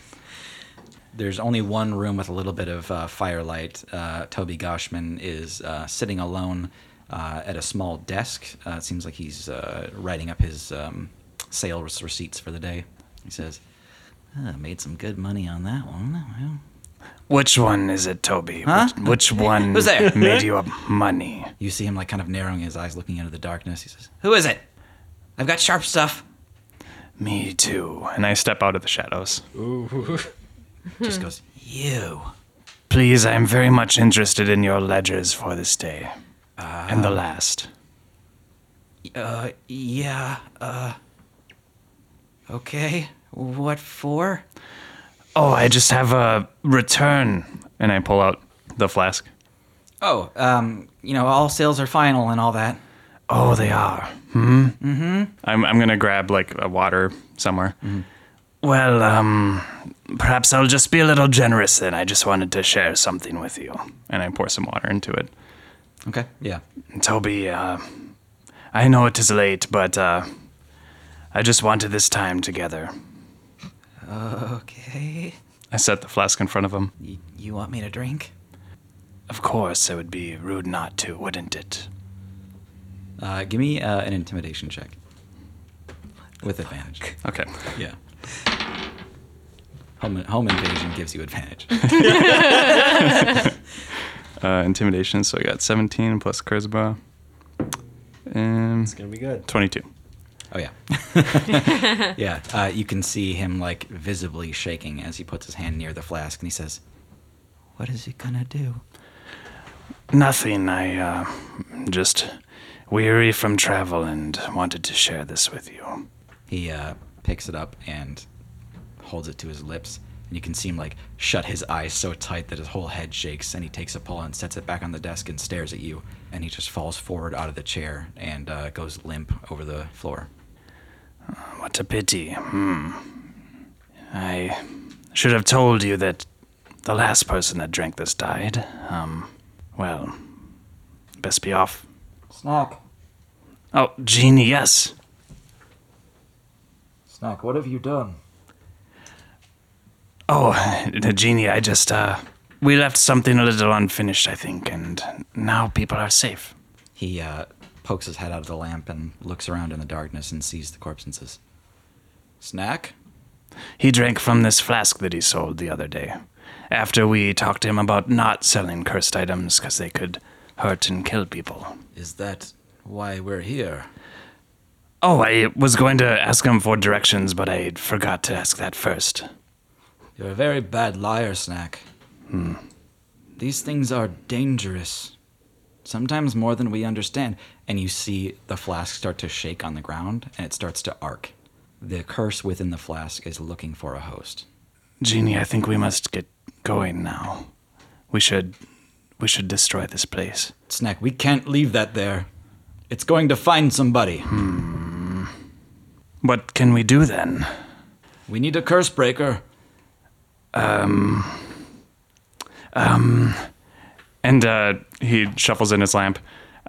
Speaker 1: There's only one room with a little bit of uh, firelight. Uh, Toby Goshman is uh, sitting alone uh, at a small desk. Uh, it seems like he's uh, writing up his um, sales receipts for the day. He says, "Ah, "Made some good money on that one." Well,
Speaker 5: Which one is it, Toby?
Speaker 1: Huh?
Speaker 5: Which, which one
Speaker 1: Who's there?
Speaker 5: made you money?
Speaker 1: you see him like kind of narrowing his eyes, looking into the darkness. He says, "Who is it? I've got sharp stuff."
Speaker 5: Me too.
Speaker 7: And I step out of the shadows.
Speaker 1: Just goes, "You."
Speaker 5: Please, I'm very much interested in your ledgers for this day. and
Speaker 1: Ah.
Speaker 5: the last.
Speaker 1: Uh, yeah. Uh. Okay. What for?
Speaker 5: Oh, I just have a return.
Speaker 7: And I pull out the flask.
Speaker 1: Oh, um, you know, all sales are final and all that. Mm-hmm.
Speaker 5: Oh, they are.
Speaker 1: Hmm?
Speaker 7: I'm, I'm gonna grab like a water somewhere.
Speaker 5: Well, um, perhaps I'll just be a little generous then. I just wanted to share something with you.
Speaker 7: And I pour some water into it.
Speaker 1: Okay. Yeah.
Speaker 5: Toby, uh, I know it is late, but uh, I just wanted this time together.
Speaker 1: Okay.
Speaker 7: I set the flask in front of him.
Speaker 1: Y- you want me to drink?
Speaker 5: Of course, it would be rude not to, wouldn't it?
Speaker 1: Uh, give me uh, an intimidation check. With advantage.
Speaker 7: Okay.
Speaker 1: Yeah. Home, home invasion gives you advantage.
Speaker 7: Uh, intimidation. So I got 17 plus charisma. And
Speaker 2: It's gonna be good.
Speaker 7: 22.
Speaker 1: Oh yeah, yeah. Uh, you can see him like visibly shaking as he puts his hand near the flask, and he says, "What is he gonna do?"
Speaker 5: Nothing. I uh, just weary from travel and wanted to share this with you.
Speaker 1: He uh, picks it up and holds it to his lips, and you can see him like shut his eyes so tight that his whole head shakes. And he takes a pull and sets it back on the desk and stares at you, and he just falls forward out of the chair and uh, goes limp over the floor.
Speaker 5: Uh, What a pity. Hmm. I should have told you that the last person that drank this died. Um, well, best be off.
Speaker 6: Snack.
Speaker 5: Oh, Genie, yes.
Speaker 6: Snack, what have you done?
Speaker 5: Oh, Genie, I just, uh, we left something a little unfinished, I think, and now people are safe.
Speaker 1: He uh, pokes his head out of the lamp and looks around in the darkness and sees the corpse and says, "Snack."
Speaker 5: He drank from this flask that he sold the other day. After we talked to him about not selling cursed items because they could hurt and kill people.
Speaker 1: Is that why we're here?
Speaker 5: Oh, I was going to ask him for directions, but I forgot to ask that first.
Speaker 1: You're a very bad liar, Snack.
Speaker 5: Hmm.
Speaker 1: These things are dangerous. Sometimes more than we understand. And you see the flask start to shake on the ground and it starts to arc. The curse within the flask is looking for a host.
Speaker 5: Genie, I think we must get going now. We should. We should destroy this place.
Speaker 1: Snack, we can't leave that there. It's going to find somebody.
Speaker 5: Hmm. What can we do then?
Speaker 1: We need a curse breaker.
Speaker 5: Um,
Speaker 7: And uh, he shuffles in his lamp.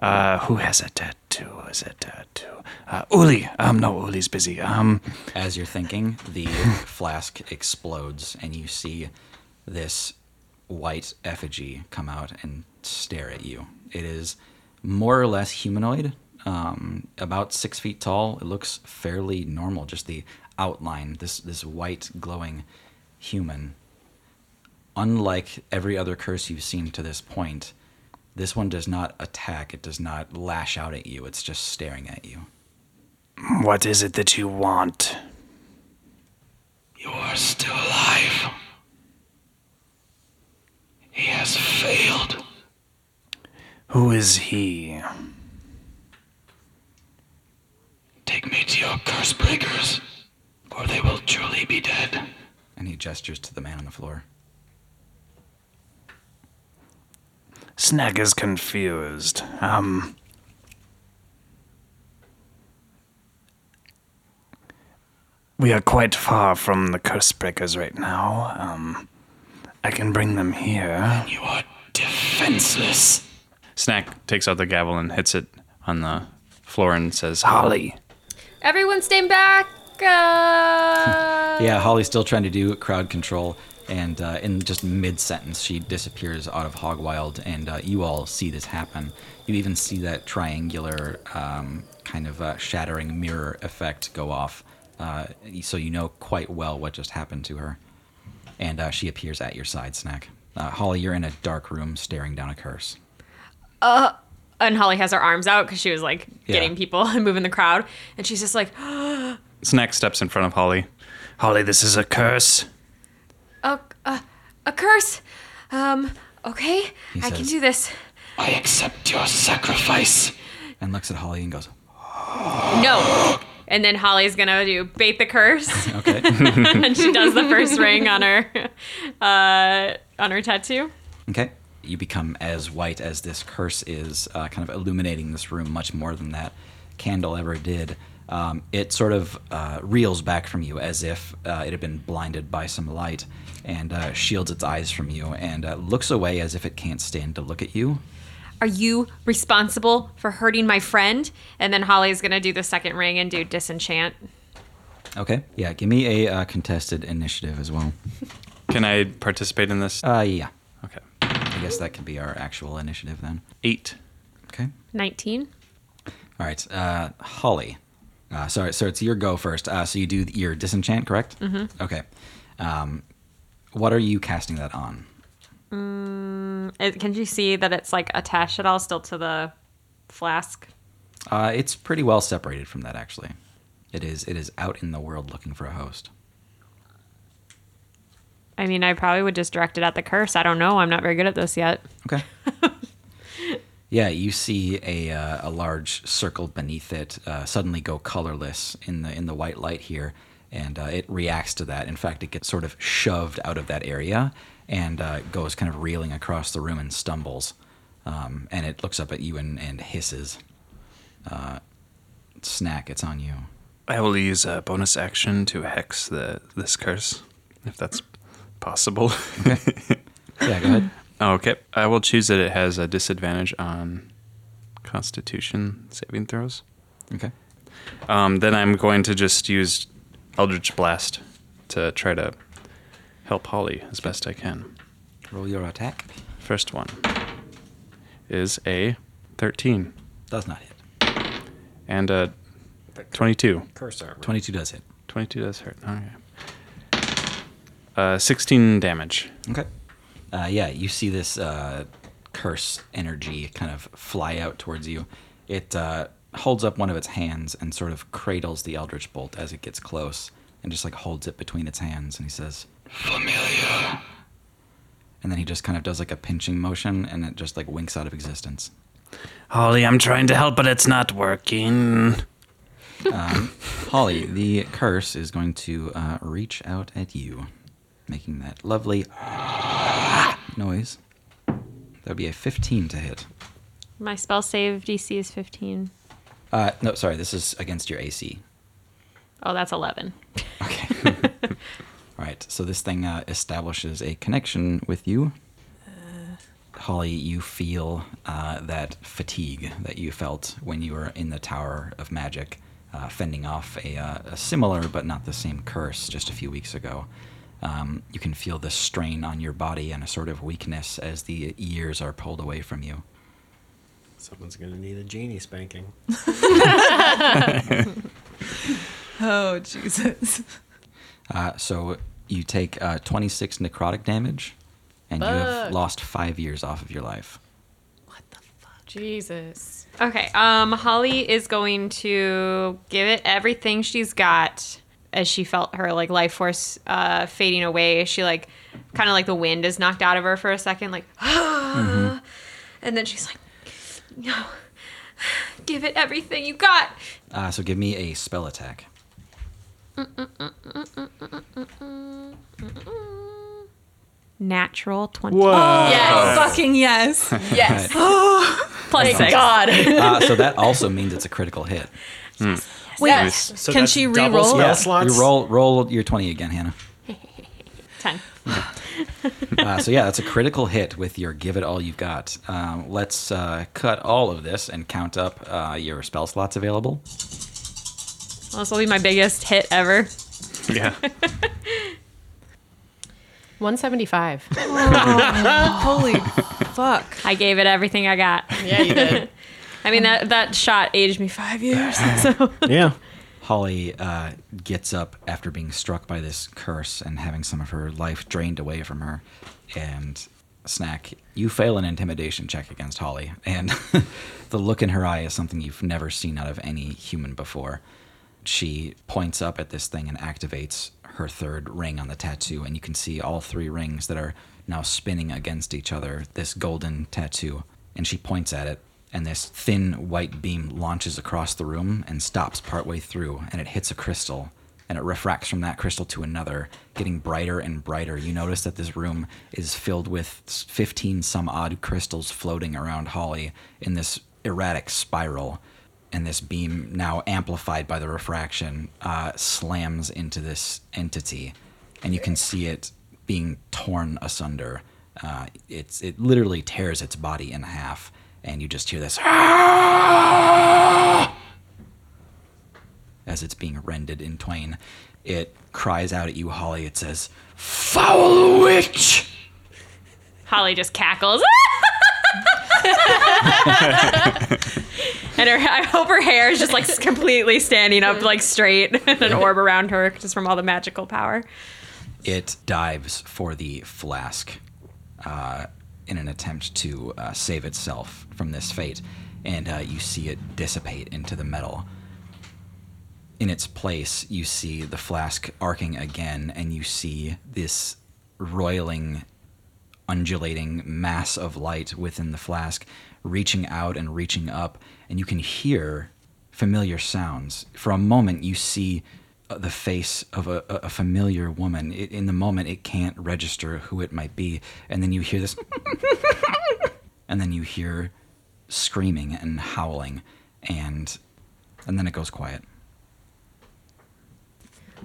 Speaker 5: Uh, who has a tattoo? Has a tattoo? Uh, Uli. Um, no, Uli's busy. Um,
Speaker 1: As you're thinking, the flask explodes, and you see this white effigy come out and stare at you. It is more or less humanoid, um, about six feet tall. It looks fairly normal, just the outline. This this white glowing human. Unlike every other curse you've seen to this point, this one does not attack. It does not lash out at you. It's just staring at you.
Speaker 5: What is it that you want?
Speaker 11: You are still alive. He has failed.
Speaker 5: Who is he?
Speaker 11: Take me to your curse breakers, or they will truly be dead.
Speaker 1: And he gestures to the man on the floor.
Speaker 5: Snag is confused. Um. We are quite far from the curse breakers right now. Um. I can bring them here.
Speaker 11: You are defenseless.
Speaker 7: Snack takes out the gavel and hits it on the floor and says,
Speaker 5: Holly.
Speaker 3: Everyone stand back. Uh,
Speaker 1: Yeah, Holly's still trying to do crowd control, and uh, in just mid sentence, she disappears out of Hogwild, and uh, you all see this happen. You even see that triangular um, kind of uh, shattering mirror effect go off, uh, so you know quite well what just happened to her. And uh, she appears at your side, Snack. Uh, Holly, you're in a dark room staring down a curse.
Speaker 3: uh, and Holly has her arms out because she was like
Speaker 7: Yeah.
Speaker 3: getting people and moving the crowd, and she's just like, oh,
Speaker 7: Snack steps in front of Holly.
Speaker 5: Holly, this is a curse.
Speaker 3: a, a curse. Um, okay,
Speaker 1: He
Speaker 3: I can
Speaker 1: says-
Speaker 3: do this.
Speaker 11: I accept your sacrifice.
Speaker 1: And looks at Holly and goes,
Speaker 3: No. And then Holly's gonna do bait the curse.
Speaker 1: Okay.
Speaker 3: and she does the first ring on her uh, on her tattoo.
Speaker 1: Okay. You become as white as this curse is, uh, kind of illuminating this room much more than that candle ever did. Um, it sort of uh, reels back from you as if uh, it had been blinded by some light and uh, shields its eyes from you and uh, looks away as if it can't stand to look at you.
Speaker 3: Are you responsible for hurting my friend? And then Holly's gonna do the second ring and do disenchant.
Speaker 1: Okay. Yeah, give me a uh, contested initiative as well.
Speaker 7: Can I participate in this?
Speaker 1: Uh, yeah.
Speaker 7: Okay.
Speaker 1: I guess that could be our actual initiative then.
Speaker 7: Eight.
Speaker 1: Okay.
Speaker 3: Nineteen.
Speaker 1: All right. Uh, Holly. Uh, sorry. So it's your go first. Uh, so you do your disenchant, correct?
Speaker 3: Mhm.
Speaker 1: Okay. Um, what are you casting that on?
Speaker 3: Mm, it- can you see that it's like attached at all still to the flask?
Speaker 1: Uh, it's pretty well separated from that, actually. It is. It is out in the world looking for a host.
Speaker 3: I mean, I probably would just direct it at the curse. I don't know. I'm not very good at this yet.
Speaker 1: Okay. Yeah, you see a, uh, a large circle beneath it uh, suddenly go colorless in the in the white light here, and uh, it reacts to that. In fact, it gets sort of shoved out of that area and uh, goes kind of reeling across the room and stumbles, um, and it looks up at you and, and hisses. Uh, snack, it's on you.
Speaker 7: I will use a bonus action to hex the this curse, if that's possible.
Speaker 1: Yeah, go ahead.
Speaker 7: okay. I will choose that it has a disadvantage on Constitution saving throws.
Speaker 1: Okay.
Speaker 7: Um, then I'm going to just use Eldritch Blast to try to help Holly as best I can.
Speaker 1: Roll your attack.
Speaker 7: First one is a 13
Speaker 1: Does not hit.
Speaker 7: and uh, a 22.
Speaker 2: Curse armor.
Speaker 1: Twenty-two does hit.
Speaker 7: 22 does hurt. Okay. Uh, 16 damage.
Speaker 1: Okay. Uh, yeah, you see this uh, curse energy kind of fly out towards you. It uh, holds up one of its hands and sort of cradles the Eldritch Bolt as it gets close and just like holds it between its hands and he says,
Speaker 11: Familiar.
Speaker 1: and then he just kind of does like a pinching motion and it just like winks out of existence.
Speaker 5: Holly, I'm trying to help, but it's not working.
Speaker 1: Mm. Um, Holly, the curse is going to uh, reach out at you, making that lovely noise. That would be a 15 to hit.
Speaker 3: My spell save DC is 15.
Speaker 1: Uh, no, sorry, this is against your AC.
Speaker 3: Oh, that's 11.
Speaker 1: All right, so this thing uh, establishes a connection with you. Holly, you feel uh, that fatigue that you felt when you were in the Tower of Magic, uh, fending off a, uh, a similar but not the same curse just a few weeks ago. Um, you can feel the strain on your body and a sort of weakness as the years are pulled away from you.
Speaker 2: Someone's gonna need a genie spanking.
Speaker 4: Oh, Jesus.
Speaker 1: Uh, so you take uh, 26 necrotic damage, and you have
Speaker 4: Fuck.
Speaker 1: lost five years off of your life.
Speaker 10: Jesus.
Speaker 3: Okay. Um, Holly is going to give it everything she's got as she felt her like life force uh, fading away. She like kind of like the wind is knocked out of her for a second, like, Mm-hmm. and then she's like, "No, give it everything you got."
Speaker 1: Uh, so give me a spell attack.
Speaker 3: Natural twenty.
Speaker 1: Whoa.
Speaker 4: Yes.
Speaker 1: Alright.
Speaker 4: Fucking yes.
Speaker 1: Yes.
Speaker 3: Plus
Speaker 1: Thank
Speaker 3: six.
Speaker 1: God. uh, so that also means it's a critical hit.
Speaker 4: Wait, Nice. can
Speaker 2: Hmm. that's she double re-roll spell it? slots?
Speaker 1: You roll, roll your 20 again, Hannah.
Speaker 3: Ten.
Speaker 1: Uh, so yeah, that's a critical hit with your give it all you've got. Um, let's uh, cut all of this and count up uh, your spell slots available.
Speaker 3: This will be my biggest hit ever.
Speaker 1: Yeah.
Speaker 10: 175.
Speaker 3: Oh, holy fuck! I gave it everything I got.
Speaker 10: Yeah, you did.
Speaker 3: I mean that that shot aged me five years. So
Speaker 1: yeah. Holly uh, gets up after being struck by this curse and having some of her life drained away from her. And Snack, you fail an intimidation check against Holly. And the look in her eye is something you've never seen out of any human before. She points up at this thing and activates her third ring on the tattoo. And you can see all three rings that are now spinning against each other this golden tattoo. And she points at it and this thin white beam launches across the room and stops partway through, and it hits a crystal, and it refracts from that crystal to another, getting brighter and brighter. You notice that this room is filled with s- 15 some odd crystals floating around Holly in this erratic spiral, and this beam, now amplified by the refraction, uh, slams into this entity, and you can see it being torn asunder. Uh, it's it literally tears its body in half, and you just hear this "Ah!" as it's being rended in twain. It cries out at you, Holly. It says, "Foul witch!"
Speaker 3: Holly just cackles. and her, I hope her hair is just like s- completely standing up, like straight, and an orb around her just from all the magical power.
Speaker 1: It dives for the flask uh, in an attempt to uh, save itself from this fate, and uh, you see it dissipate into the metal. In its place, you see the flask arcing again, and you see this roiling, undulating mass of light within the flask reaching out and reaching up, and you can hear familiar sounds. For a moment, you see uh, the face of a, a a familiar woman. It, in the moment, it can't register who it might be, and then you hear this, and then you hear screaming and howling, and and then it goes quiet.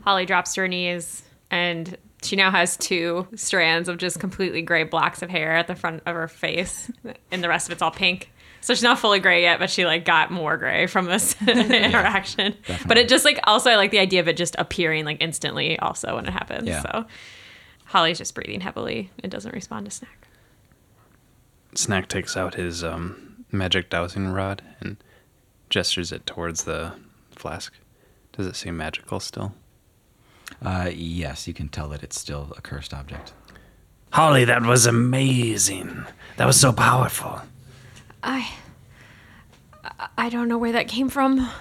Speaker 3: Holly drops to her knees, and she now has two strands of just completely gray blocks of hair at the front of her face, and the rest of it's all pink. So she's not fully gray yet, but she like got more gray from this interaction. But it just like also I like the idea of it just appearing like instantly also when it happens.
Speaker 7: Yeah.
Speaker 3: So Holly's just breathing heavily and doesn't respond to Snack.
Speaker 7: Snack takes out his um, magic dowsing rod and gestures it towards the flask. Does it seem magical still?
Speaker 1: Uh, yes, you can tell that it's still a cursed object.
Speaker 5: Holly, that was amazing. That was so powerful.
Speaker 3: I I don't know where that came from.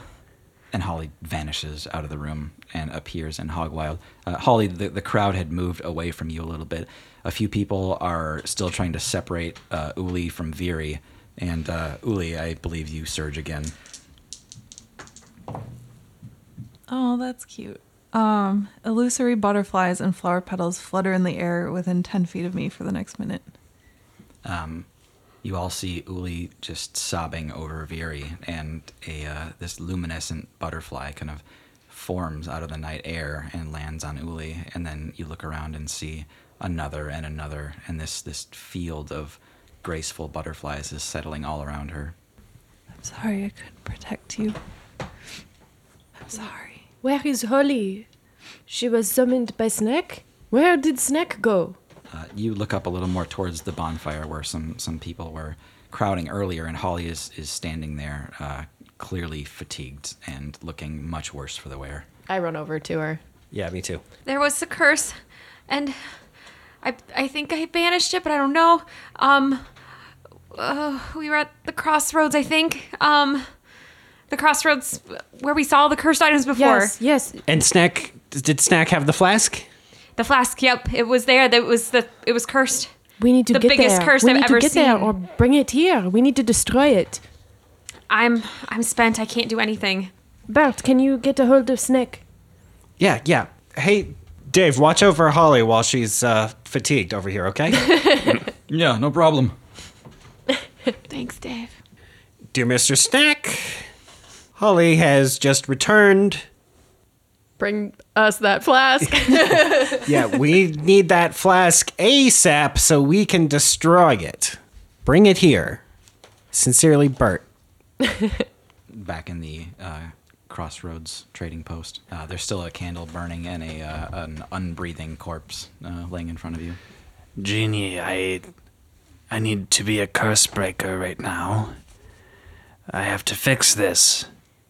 Speaker 1: and Holly vanishes out of the room and appears in Hogwild. Uh, Holly, the, the crowd had moved away from you a little bit. A few people are still trying to separate uh, Uli from Viri, and uh, Uli, I believe you surge again.
Speaker 4: Oh, that's cute. Um, illusory butterflies and flower petals flutter in the air within 10 feet of me for the next minute.
Speaker 1: Um, you all see Uli just sobbing over Viri, and a uh, this luminescent butterfly kind of forms out of the night air and lands on Uli. And then you look around and see another and another, and this this field of graceful butterflies is settling all around her.
Speaker 4: I'm sorry I couldn't protect you. I'm sorry.
Speaker 8: Where is Holly? She was summoned by Snack? Where did Snack go?
Speaker 1: Uh, you look up a little more towards the bonfire where some some people were crowding earlier, and Holly is is standing there, uh, clearly fatigued and looking much worse for the wear.
Speaker 10: I run over to her.
Speaker 1: Yeah, me too.
Speaker 3: There was a curse, and I I think I banished it, but I don't know. Um, uh, we were at the crossroads, I think. Um, the crossroads where we saw the cursed items before.
Speaker 8: Yes, yes.
Speaker 2: And Snack, did Snack have the flask?
Speaker 3: The flask. Yep, it was there. That was the. It was cursed.
Speaker 8: We need to
Speaker 3: the
Speaker 8: get
Speaker 3: biggest
Speaker 8: there.
Speaker 3: curse
Speaker 8: we
Speaker 3: I've
Speaker 8: need
Speaker 3: ever
Speaker 8: to get
Speaker 3: seen.
Speaker 8: there or bring it here. We need to destroy it.
Speaker 3: I'm. I'm spent. I can't do anything.
Speaker 8: Bert, can you get a hold of Snake?
Speaker 2: Yeah, yeah. Hey, Dave, watch over Holly while she's uh, fatigued over here, okay?
Speaker 1: yeah, no problem.
Speaker 3: Thanks, Dave.
Speaker 2: Dear Mr. Snack, Holly has just returned.
Speaker 10: Bring us that flask.
Speaker 2: Yeah, we need that flask ASAP so we can destroy it. Bring it here. Sincerely, Bert.
Speaker 1: back in the uh, crossroads trading post. Uh, there's still a candle burning and a uh, an unbreathing corpse uh, laying in front of you.
Speaker 5: Genie, I I need to be a curse breaker right now. I have to fix this.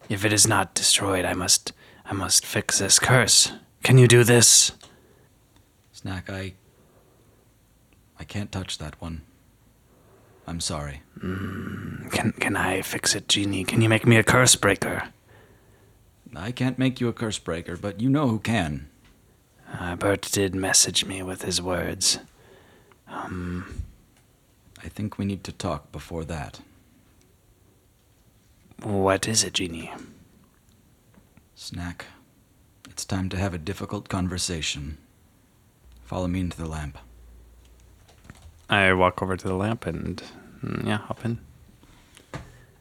Speaker 5: If it is not destroyed, I must I must fix this curse. Can you do this?
Speaker 1: Snack, I I can't touch that one. I'm sorry.
Speaker 5: Mm, Can can I fix it, Genie? Can you make me a curse breaker?
Speaker 1: I can't make you a curse breaker, but you know who can.
Speaker 5: Uh, Bert did message me with his words.
Speaker 1: Um, I think we need to talk before that.
Speaker 5: What is it, Genie?
Speaker 1: Snack, it's time to have a difficult conversation. Follow me into the lamp.
Speaker 7: I walk over to the lamp and mm, yeah, hop in.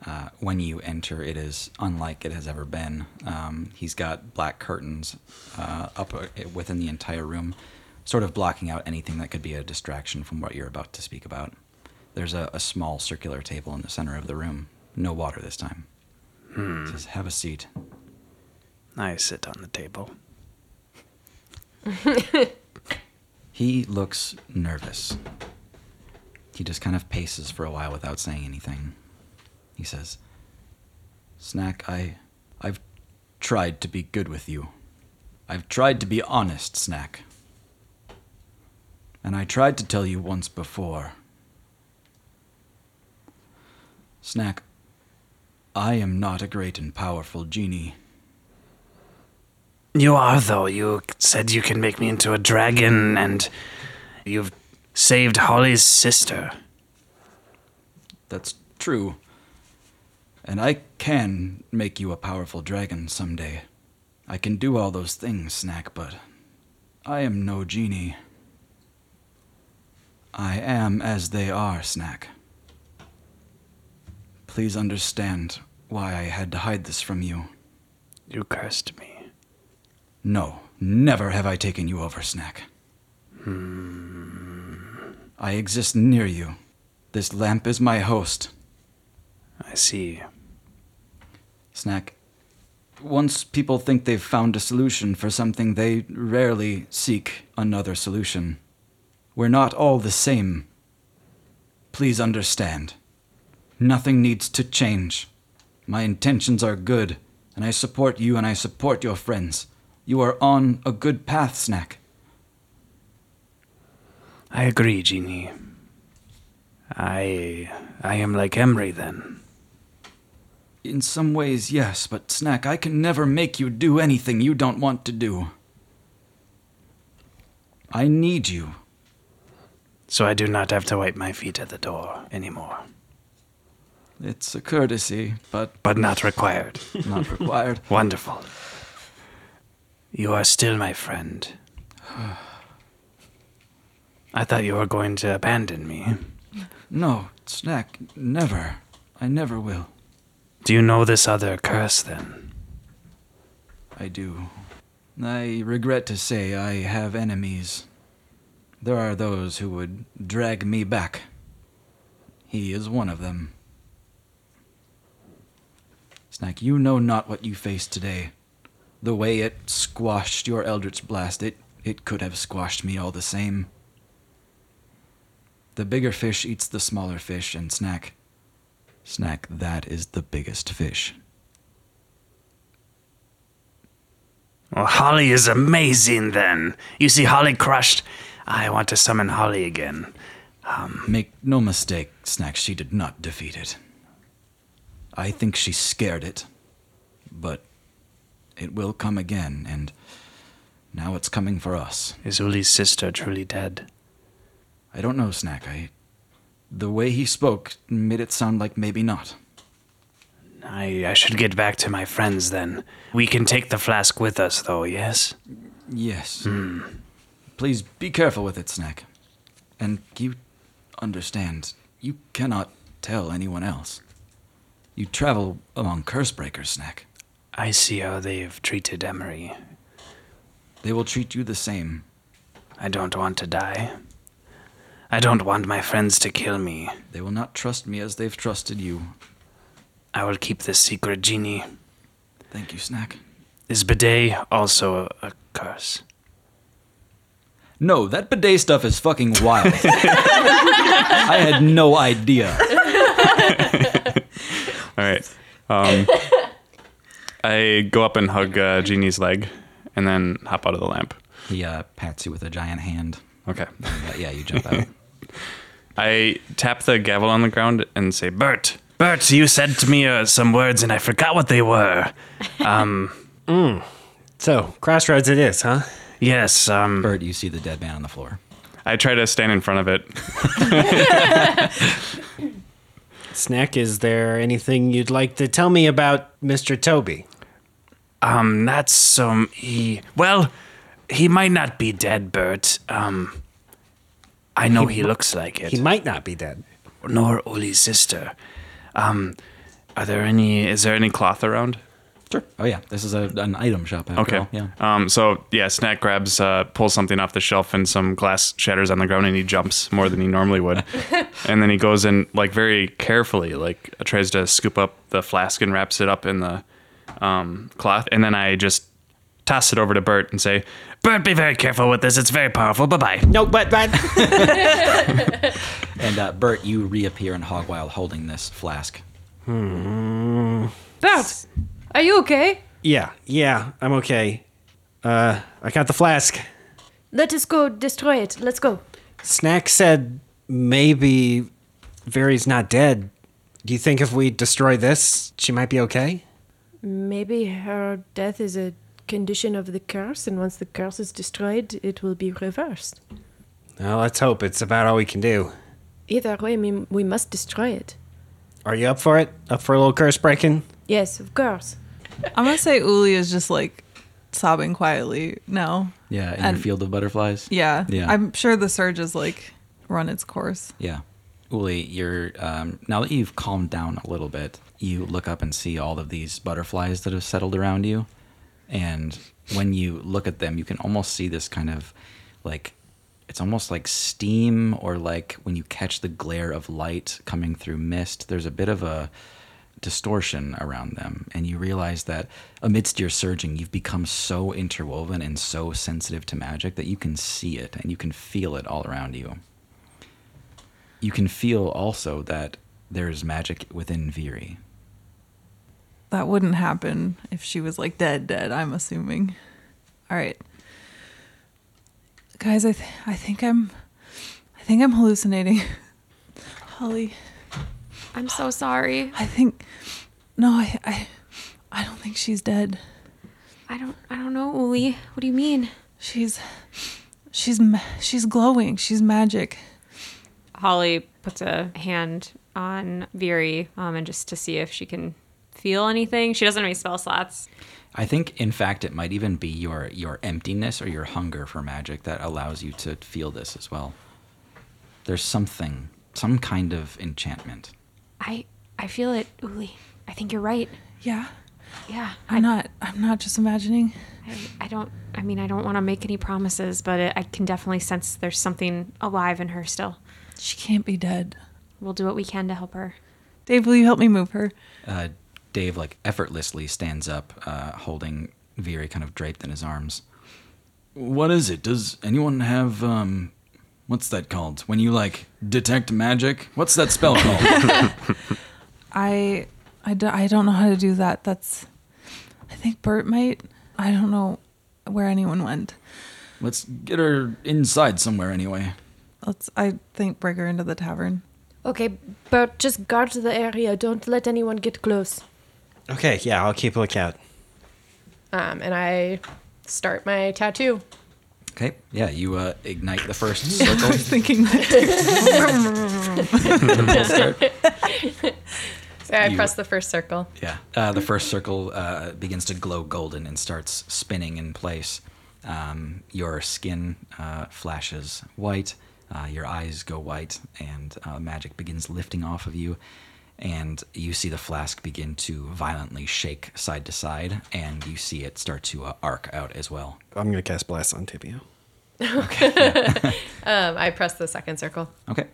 Speaker 1: Uh, when you enter, it is unlike it has ever been. Um, he's got black curtains uh, up uh, within the entire room, sort of blocking out anything that could be a distraction from what you're about to speak about. There's a, a small circular table in the center of the room. No water this time.
Speaker 5: Hmm.
Speaker 1: Says, have a seat.
Speaker 5: I sit on the table.
Speaker 1: He looks nervous. He just kind of paces for a while without saying anything. He says, "Snack, I I've tried to be good with you. I've tried to be honest, Snack. And I tried to tell you once before. Snack, I am not a great and powerful genie.
Speaker 5: You are, though. You said you can make me into a dragon, and you've saved Holly's sister.
Speaker 1: That's true. And I can make you a powerful dragon someday. I can do all those things, Snack, but I am no genie. I am as they are, Snack. Please understand why I had to hide this from you.
Speaker 5: You cursed me.
Speaker 1: No, never have I taken you over, Snack.
Speaker 5: Hmm.
Speaker 1: I exist near you. This lamp is my host.
Speaker 5: I see.
Speaker 1: Snack. Once people think they've found a solution for something, they rarely seek another solution. We're not all the same. Please understand. Nothing needs to change. My intentions are good, and I support you and I support your friends. You are on a good path, Snack.
Speaker 5: I agree, Genie. I. I am like Emery, then.
Speaker 1: In some ways, yes, but Snack, I can never make you do anything you don't want to do. I need you.
Speaker 5: So I do not have to wipe my feet at the door anymore.
Speaker 1: It's a courtesy, but
Speaker 5: But not required.
Speaker 1: not required.
Speaker 5: Wonderful. You are still my friend. I thought you were going to abandon me.
Speaker 1: No, snack, never. I never will.
Speaker 5: Do you know this other curse then?
Speaker 1: I do. I regret to say I have enemies. There are those who would drag me back. He is one of them. Snack, you know not what you faced today. The way it squashed your Eldritch Blast, it, it could have squashed me all the same. The bigger fish eats the smaller fish, and Snack. Snack, that is the biggest fish.
Speaker 5: Well, Holly is amazing then. You see, Holly crushed. I want to summon Holly again.
Speaker 1: Um, Make no mistake, Snack, she did not defeat it. I think she scared it, but it will come again, and now it's coming for us.
Speaker 5: Is Uli's sister truly dead?
Speaker 1: I don't know, Snack. I. The way he spoke made it sound like maybe not.
Speaker 5: I, I should get back to my friends then. We can take the flask with us, though, yes?
Speaker 1: Yes.
Speaker 5: Hmm.
Speaker 1: Please be careful with it, Snack. And you understand, you cannot tell anyone else. You travel among curse breakers, Snack.
Speaker 5: I see how they've treated Emery.
Speaker 1: They will treat you the same.
Speaker 5: I don't want to die. I don't want my friends to kill me.
Speaker 1: They will not trust me as they've trusted you.
Speaker 5: I will keep this secret, Genie.
Speaker 1: Thank you, Snack.
Speaker 5: Is bidet also a, a curse?
Speaker 1: No, that bidet stuff is fucking wild. I had no idea.
Speaker 7: All right. Um, I go up and hug uh, Jeannie's leg and then hop out of the lamp.
Speaker 1: He uh, pats you with a giant hand.
Speaker 7: Okay.
Speaker 1: But yeah, you jump out.
Speaker 7: I tap the gavel on the ground and say, Bert.
Speaker 5: Bert, you said to me uh, some words and I forgot what they were. Um,
Speaker 2: Mm. So, crossroads it is, huh?
Speaker 5: Yes, um.
Speaker 1: Bert, you see the dead man on the floor.
Speaker 7: I try to stand in front of it.
Speaker 2: Snack, is there anything you'd like to tell me about Mr. Toby?
Speaker 5: Um, not so. He well, he might not be dead, Bert. Um, I know he,
Speaker 2: mi-
Speaker 5: looks like it.
Speaker 2: He might not be dead.
Speaker 5: Nor Uli's sister. Um, are there any?
Speaker 7: Is there any cloth around?
Speaker 1: Sure. Oh yeah, this is a, an item shop. After
Speaker 7: Okay.
Speaker 1: All. Yeah.
Speaker 7: Um, so yeah, Snack grabs, uh, pulls something off the shelf, and some glass shatters on the ground, and he jumps more than he normally would. and then he goes and like very carefully, like tries to scoop up the flask and wraps it up in the um, cloth, and then I just toss it over to Bert and say,
Speaker 5: Bert, be very careful with this. It's very powerful. Bye bye.
Speaker 2: No, but but
Speaker 1: And uh, Bert, you reappear in Hogwild holding this flask.
Speaker 5: Hmm.
Speaker 10: Bert, are you okay?
Speaker 2: yeah, yeah, I'm okay. Uh, I got the flask.
Speaker 8: Let us go destroy it. Let's go.
Speaker 2: Snack said maybe Very's not dead. Do you think if we destroy this, she might be okay?
Speaker 8: Maybe her death is a condition of the curse, and once the curse is destroyed, it will be reversed.
Speaker 2: Well, let's hope it's about all we can do.
Speaker 8: Either way, we, we must destroy it.
Speaker 2: Are you up for it? Up for a little curse breaking?
Speaker 8: Yes, of course.
Speaker 4: I'm gonna say Uli is just like sobbing quietly now.
Speaker 1: Yeah, in
Speaker 4: And-
Speaker 1: your field of butterflies.
Speaker 4: Yeah.
Speaker 1: Yeah.
Speaker 4: I'm sure the surge is like run its course.
Speaker 1: Yeah. Uli, you're um, now that you've calmed down a little bit, you look up and see all of these butterflies that have settled around you. And when you look at them, you can almost see this kind of like it's almost like steam or like when you catch the glare of light coming through mist, there's a bit of a distortion around them. And you realize that amidst your surging, you've become so interwoven and so sensitive to magic that you can see it and you can feel it all around you you can feel also that there is magic within Viri.
Speaker 4: That wouldn't happen if she was like dead, dead, I'm assuming. All right. Guys, I, th- I think I'm, I think I'm hallucinating. Holly,
Speaker 3: I'm so sorry.
Speaker 4: I think, no, I, I, I don't think she's dead.
Speaker 3: I don't I don't know, Uli. What do you mean?
Speaker 4: She's, she's, ma- she's glowing. She's magic.
Speaker 3: Holly puts a hand on Viri um, and just to see if she can feel anything. She doesn't have any spell slots.
Speaker 1: I think, in fact, it might even be your your emptiness or your hunger for magic that allows you to feel this as well. There's something, some kind of enchantment.
Speaker 3: I I feel it, Uli. I think you're right.
Speaker 4: Yeah.
Speaker 3: Yeah.
Speaker 4: I'm not, I'm not just imagining.
Speaker 3: I, I don't I mean I don't want to make any promises, but it, I can definitely sense there's something alive in her still.
Speaker 4: She can't be dead.
Speaker 3: We'll do what we can to help her.
Speaker 4: Dave, will you help me move her?
Speaker 1: Uh, Dave, like effortlessly, stands up, uh, holding Viri kind of draped in his arms. What is it? Does anyone have um, what's that called? When you like detect magic? What's that spell called?
Speaker 4: I, I, do, I don't know how to do that. That's, I think Bert might. I don't know where anyone went.
Speaker 1: Let's get her inside somewhere anyway.
Speaker 4: Let's. I think break her into the tavern.
Speaker 8: Okay, but just guard the area. Don't let anyone get close.
Speaker 2: Okay, yeah, I'll keep a lookout.
Speaker 10: Um, and I start my tattoo.
Speaker 1: Okay. Yeah, you uh, ignite the first circle.
Speaker 4: thinking
Speaker 1: that.
Speaker 10: So I
Speaker 1: You-
Speaker 10: press the first circle.
Speaker 1: yeah. Uh, the first circle uh, begins to glow golden and starts spinning in place. Um, your skin uh, flashes white. Uh, your eyes go white, and uh, magic begins lifting off of you. And you see the flask begin to violently shake side to side, and you see it start to uh, arc out as well.
Speaker 2: I'm gonna cast blast on Tibio.
Speaker 10: um, I press the second circle.
Speaker 1: Okay.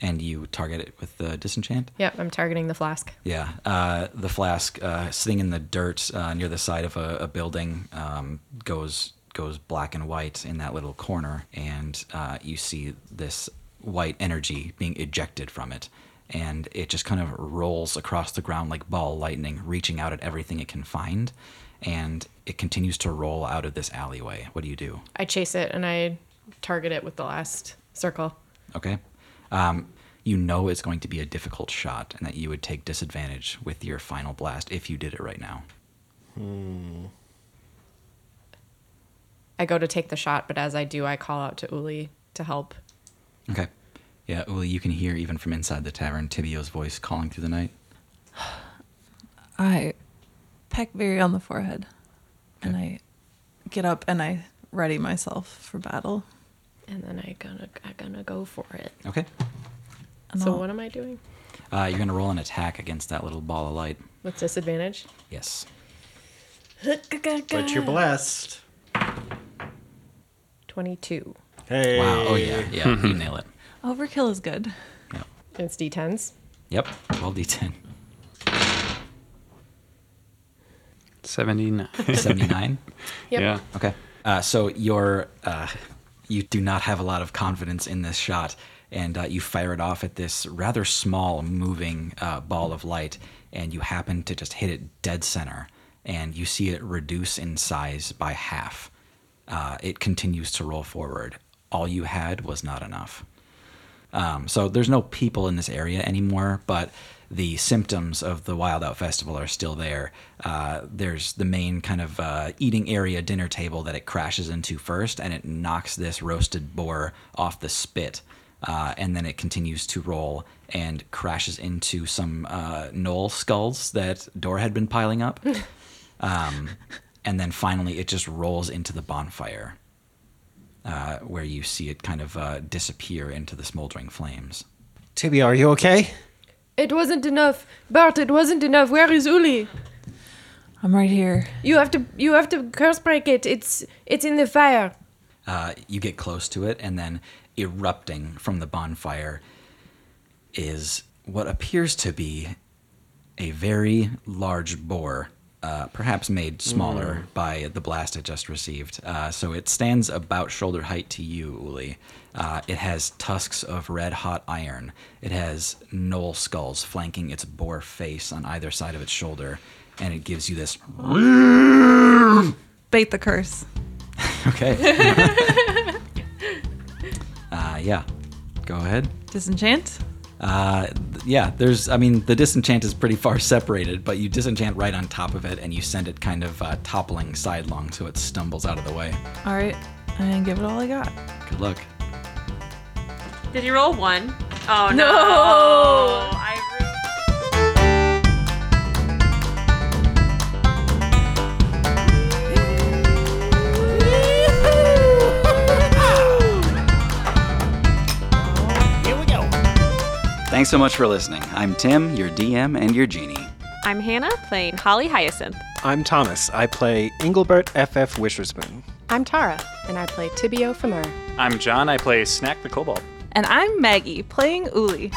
Speaker 1: And you target it with the disenchant.
Speaker 10: Yep, I'm targeting the flask.
Speaker 1: Yeah, uh, the flask uh, sitting in the dirt uh, near the side of a, a building um, goes goes black and white in that little corner, and uh, you see this white energy being ejected from it, and it just kind of rolls across the ground like ball lightning, reaching out at everything it can find, and it continues to roll out of this alleyway. What do you do?
Speaker 10: I chase it and I target it with the last circle.
Speaker 1: Okay. Um, you know it's going to be a difficult shot and that you would take disadvantage with your final blast if you did it right now.
Speaker 2: Hmm.
Speaker 10: I go to take the shot, but as I do, I call out to Uli to help.
Speaker 1: Okay. Yeah, Uli, you can hear even from inside the tavern Tibio's voice calling through the night.
Speaker 4: I peck Barry on the forehead, and I get up and I ready myself for battle.
Speaker 10: And then I gonna I gonna go for it.
Speaker 1: Okay.
Speaker 4: And
Speaker 10: so
Speaker 4: I'll-
Speaker 10: what am I doing?
Speaker 1: Uh, you're going to roll an attack against that little ball of light.
Speaker 10: With disadvantage?
Speaker 1: Yes.
Speaker 10: But
Speaker 2: you're blessed.
Speaker 10: Twenty-two.
Speaker 2: Hey.
Speaker 1: Wow. Oh, yeah. Yeah, you nail it.
Speaker 4: Overkill is good.
Speaker 10: It's D10s.
Speaker 1: Yep. 12d10.
Speaker 7: 79.
Speaker 1: 79?
Speaker 10: Yep. Yeah.
Speaker 1: Okay. Uh, so you're, uh, you do not have a lot of confidence in this shot, and uh, you fire it off at this rather small moving uh, ball of light, and you happen to just hit it dead center, and you see it reduce in size by half. Uh, it continues to roll forward. All you had was not enough. Um, so there's no people in this area anymore, but the symptoms of the Wild Out Festival are still there. Uh, there's the main kind of uh, eating area dinner table that it crashes into first, and it knocks this roasted boar off the spit. Uh, and then it continues to roll and crashes into some uh, knoll skulls that Dora had been piling up. um, and then finally, it just rolls into the bonfire uh, where you see it kind of uh, disappear into the smoldering flames.
Speaker 2: Tibio, are you okay?
Speaker 8: It wasn't enough, Bart. It wasn't enough. Where is Uli?
Speaker 4: I'm right here.
Speaker 8: You have to. You have to curse break it. It's. It's in the fire.
Speaker 1: Uh, you get close to it, and then erupting from the bonfire is what appears to be a very large boar, uh, perhaps made smaller by the blast it just received. Uh, so it stands about shoulder height to you, Uli. Uh, it has tusks of red hot iron. It has knoll skulls flanking its boar face on either side of its shoulder, and it gives you this.
Speaker 4: Bait the curse.
Speaker 1: Okay. uh, yeah. Go ahead.
Speaker 4: Disenchant.
Speaker 1: Uh, th- yeah, there's, I mean, the disenchant is pretty far separated, but you disenchant right on top of it and you send it kind of uh, toppling sidelong so it stumbles out of the way.
Speaker 4: All right, and give it all I got.
Speaker 1: Good luck.
Speaker 3: Did you roll one? Oh no!
Speaker 10: No.
Speaker 3: I
Speaker 1: Thanks so much for listening. I'm Tim, your DM and your genie.
Speaker 3: I'm Hannah playing Holly Hyacinth.
Speaker 2: I'm Thomas. I play Engelbert FF Wisherspoon.
Speaker 10: I'm Tara, and I play Tibio Femur.
Speaker 7: I'm John. I play Snack the Kobold.
Speaker 4: And I'm Maggie playing Uli.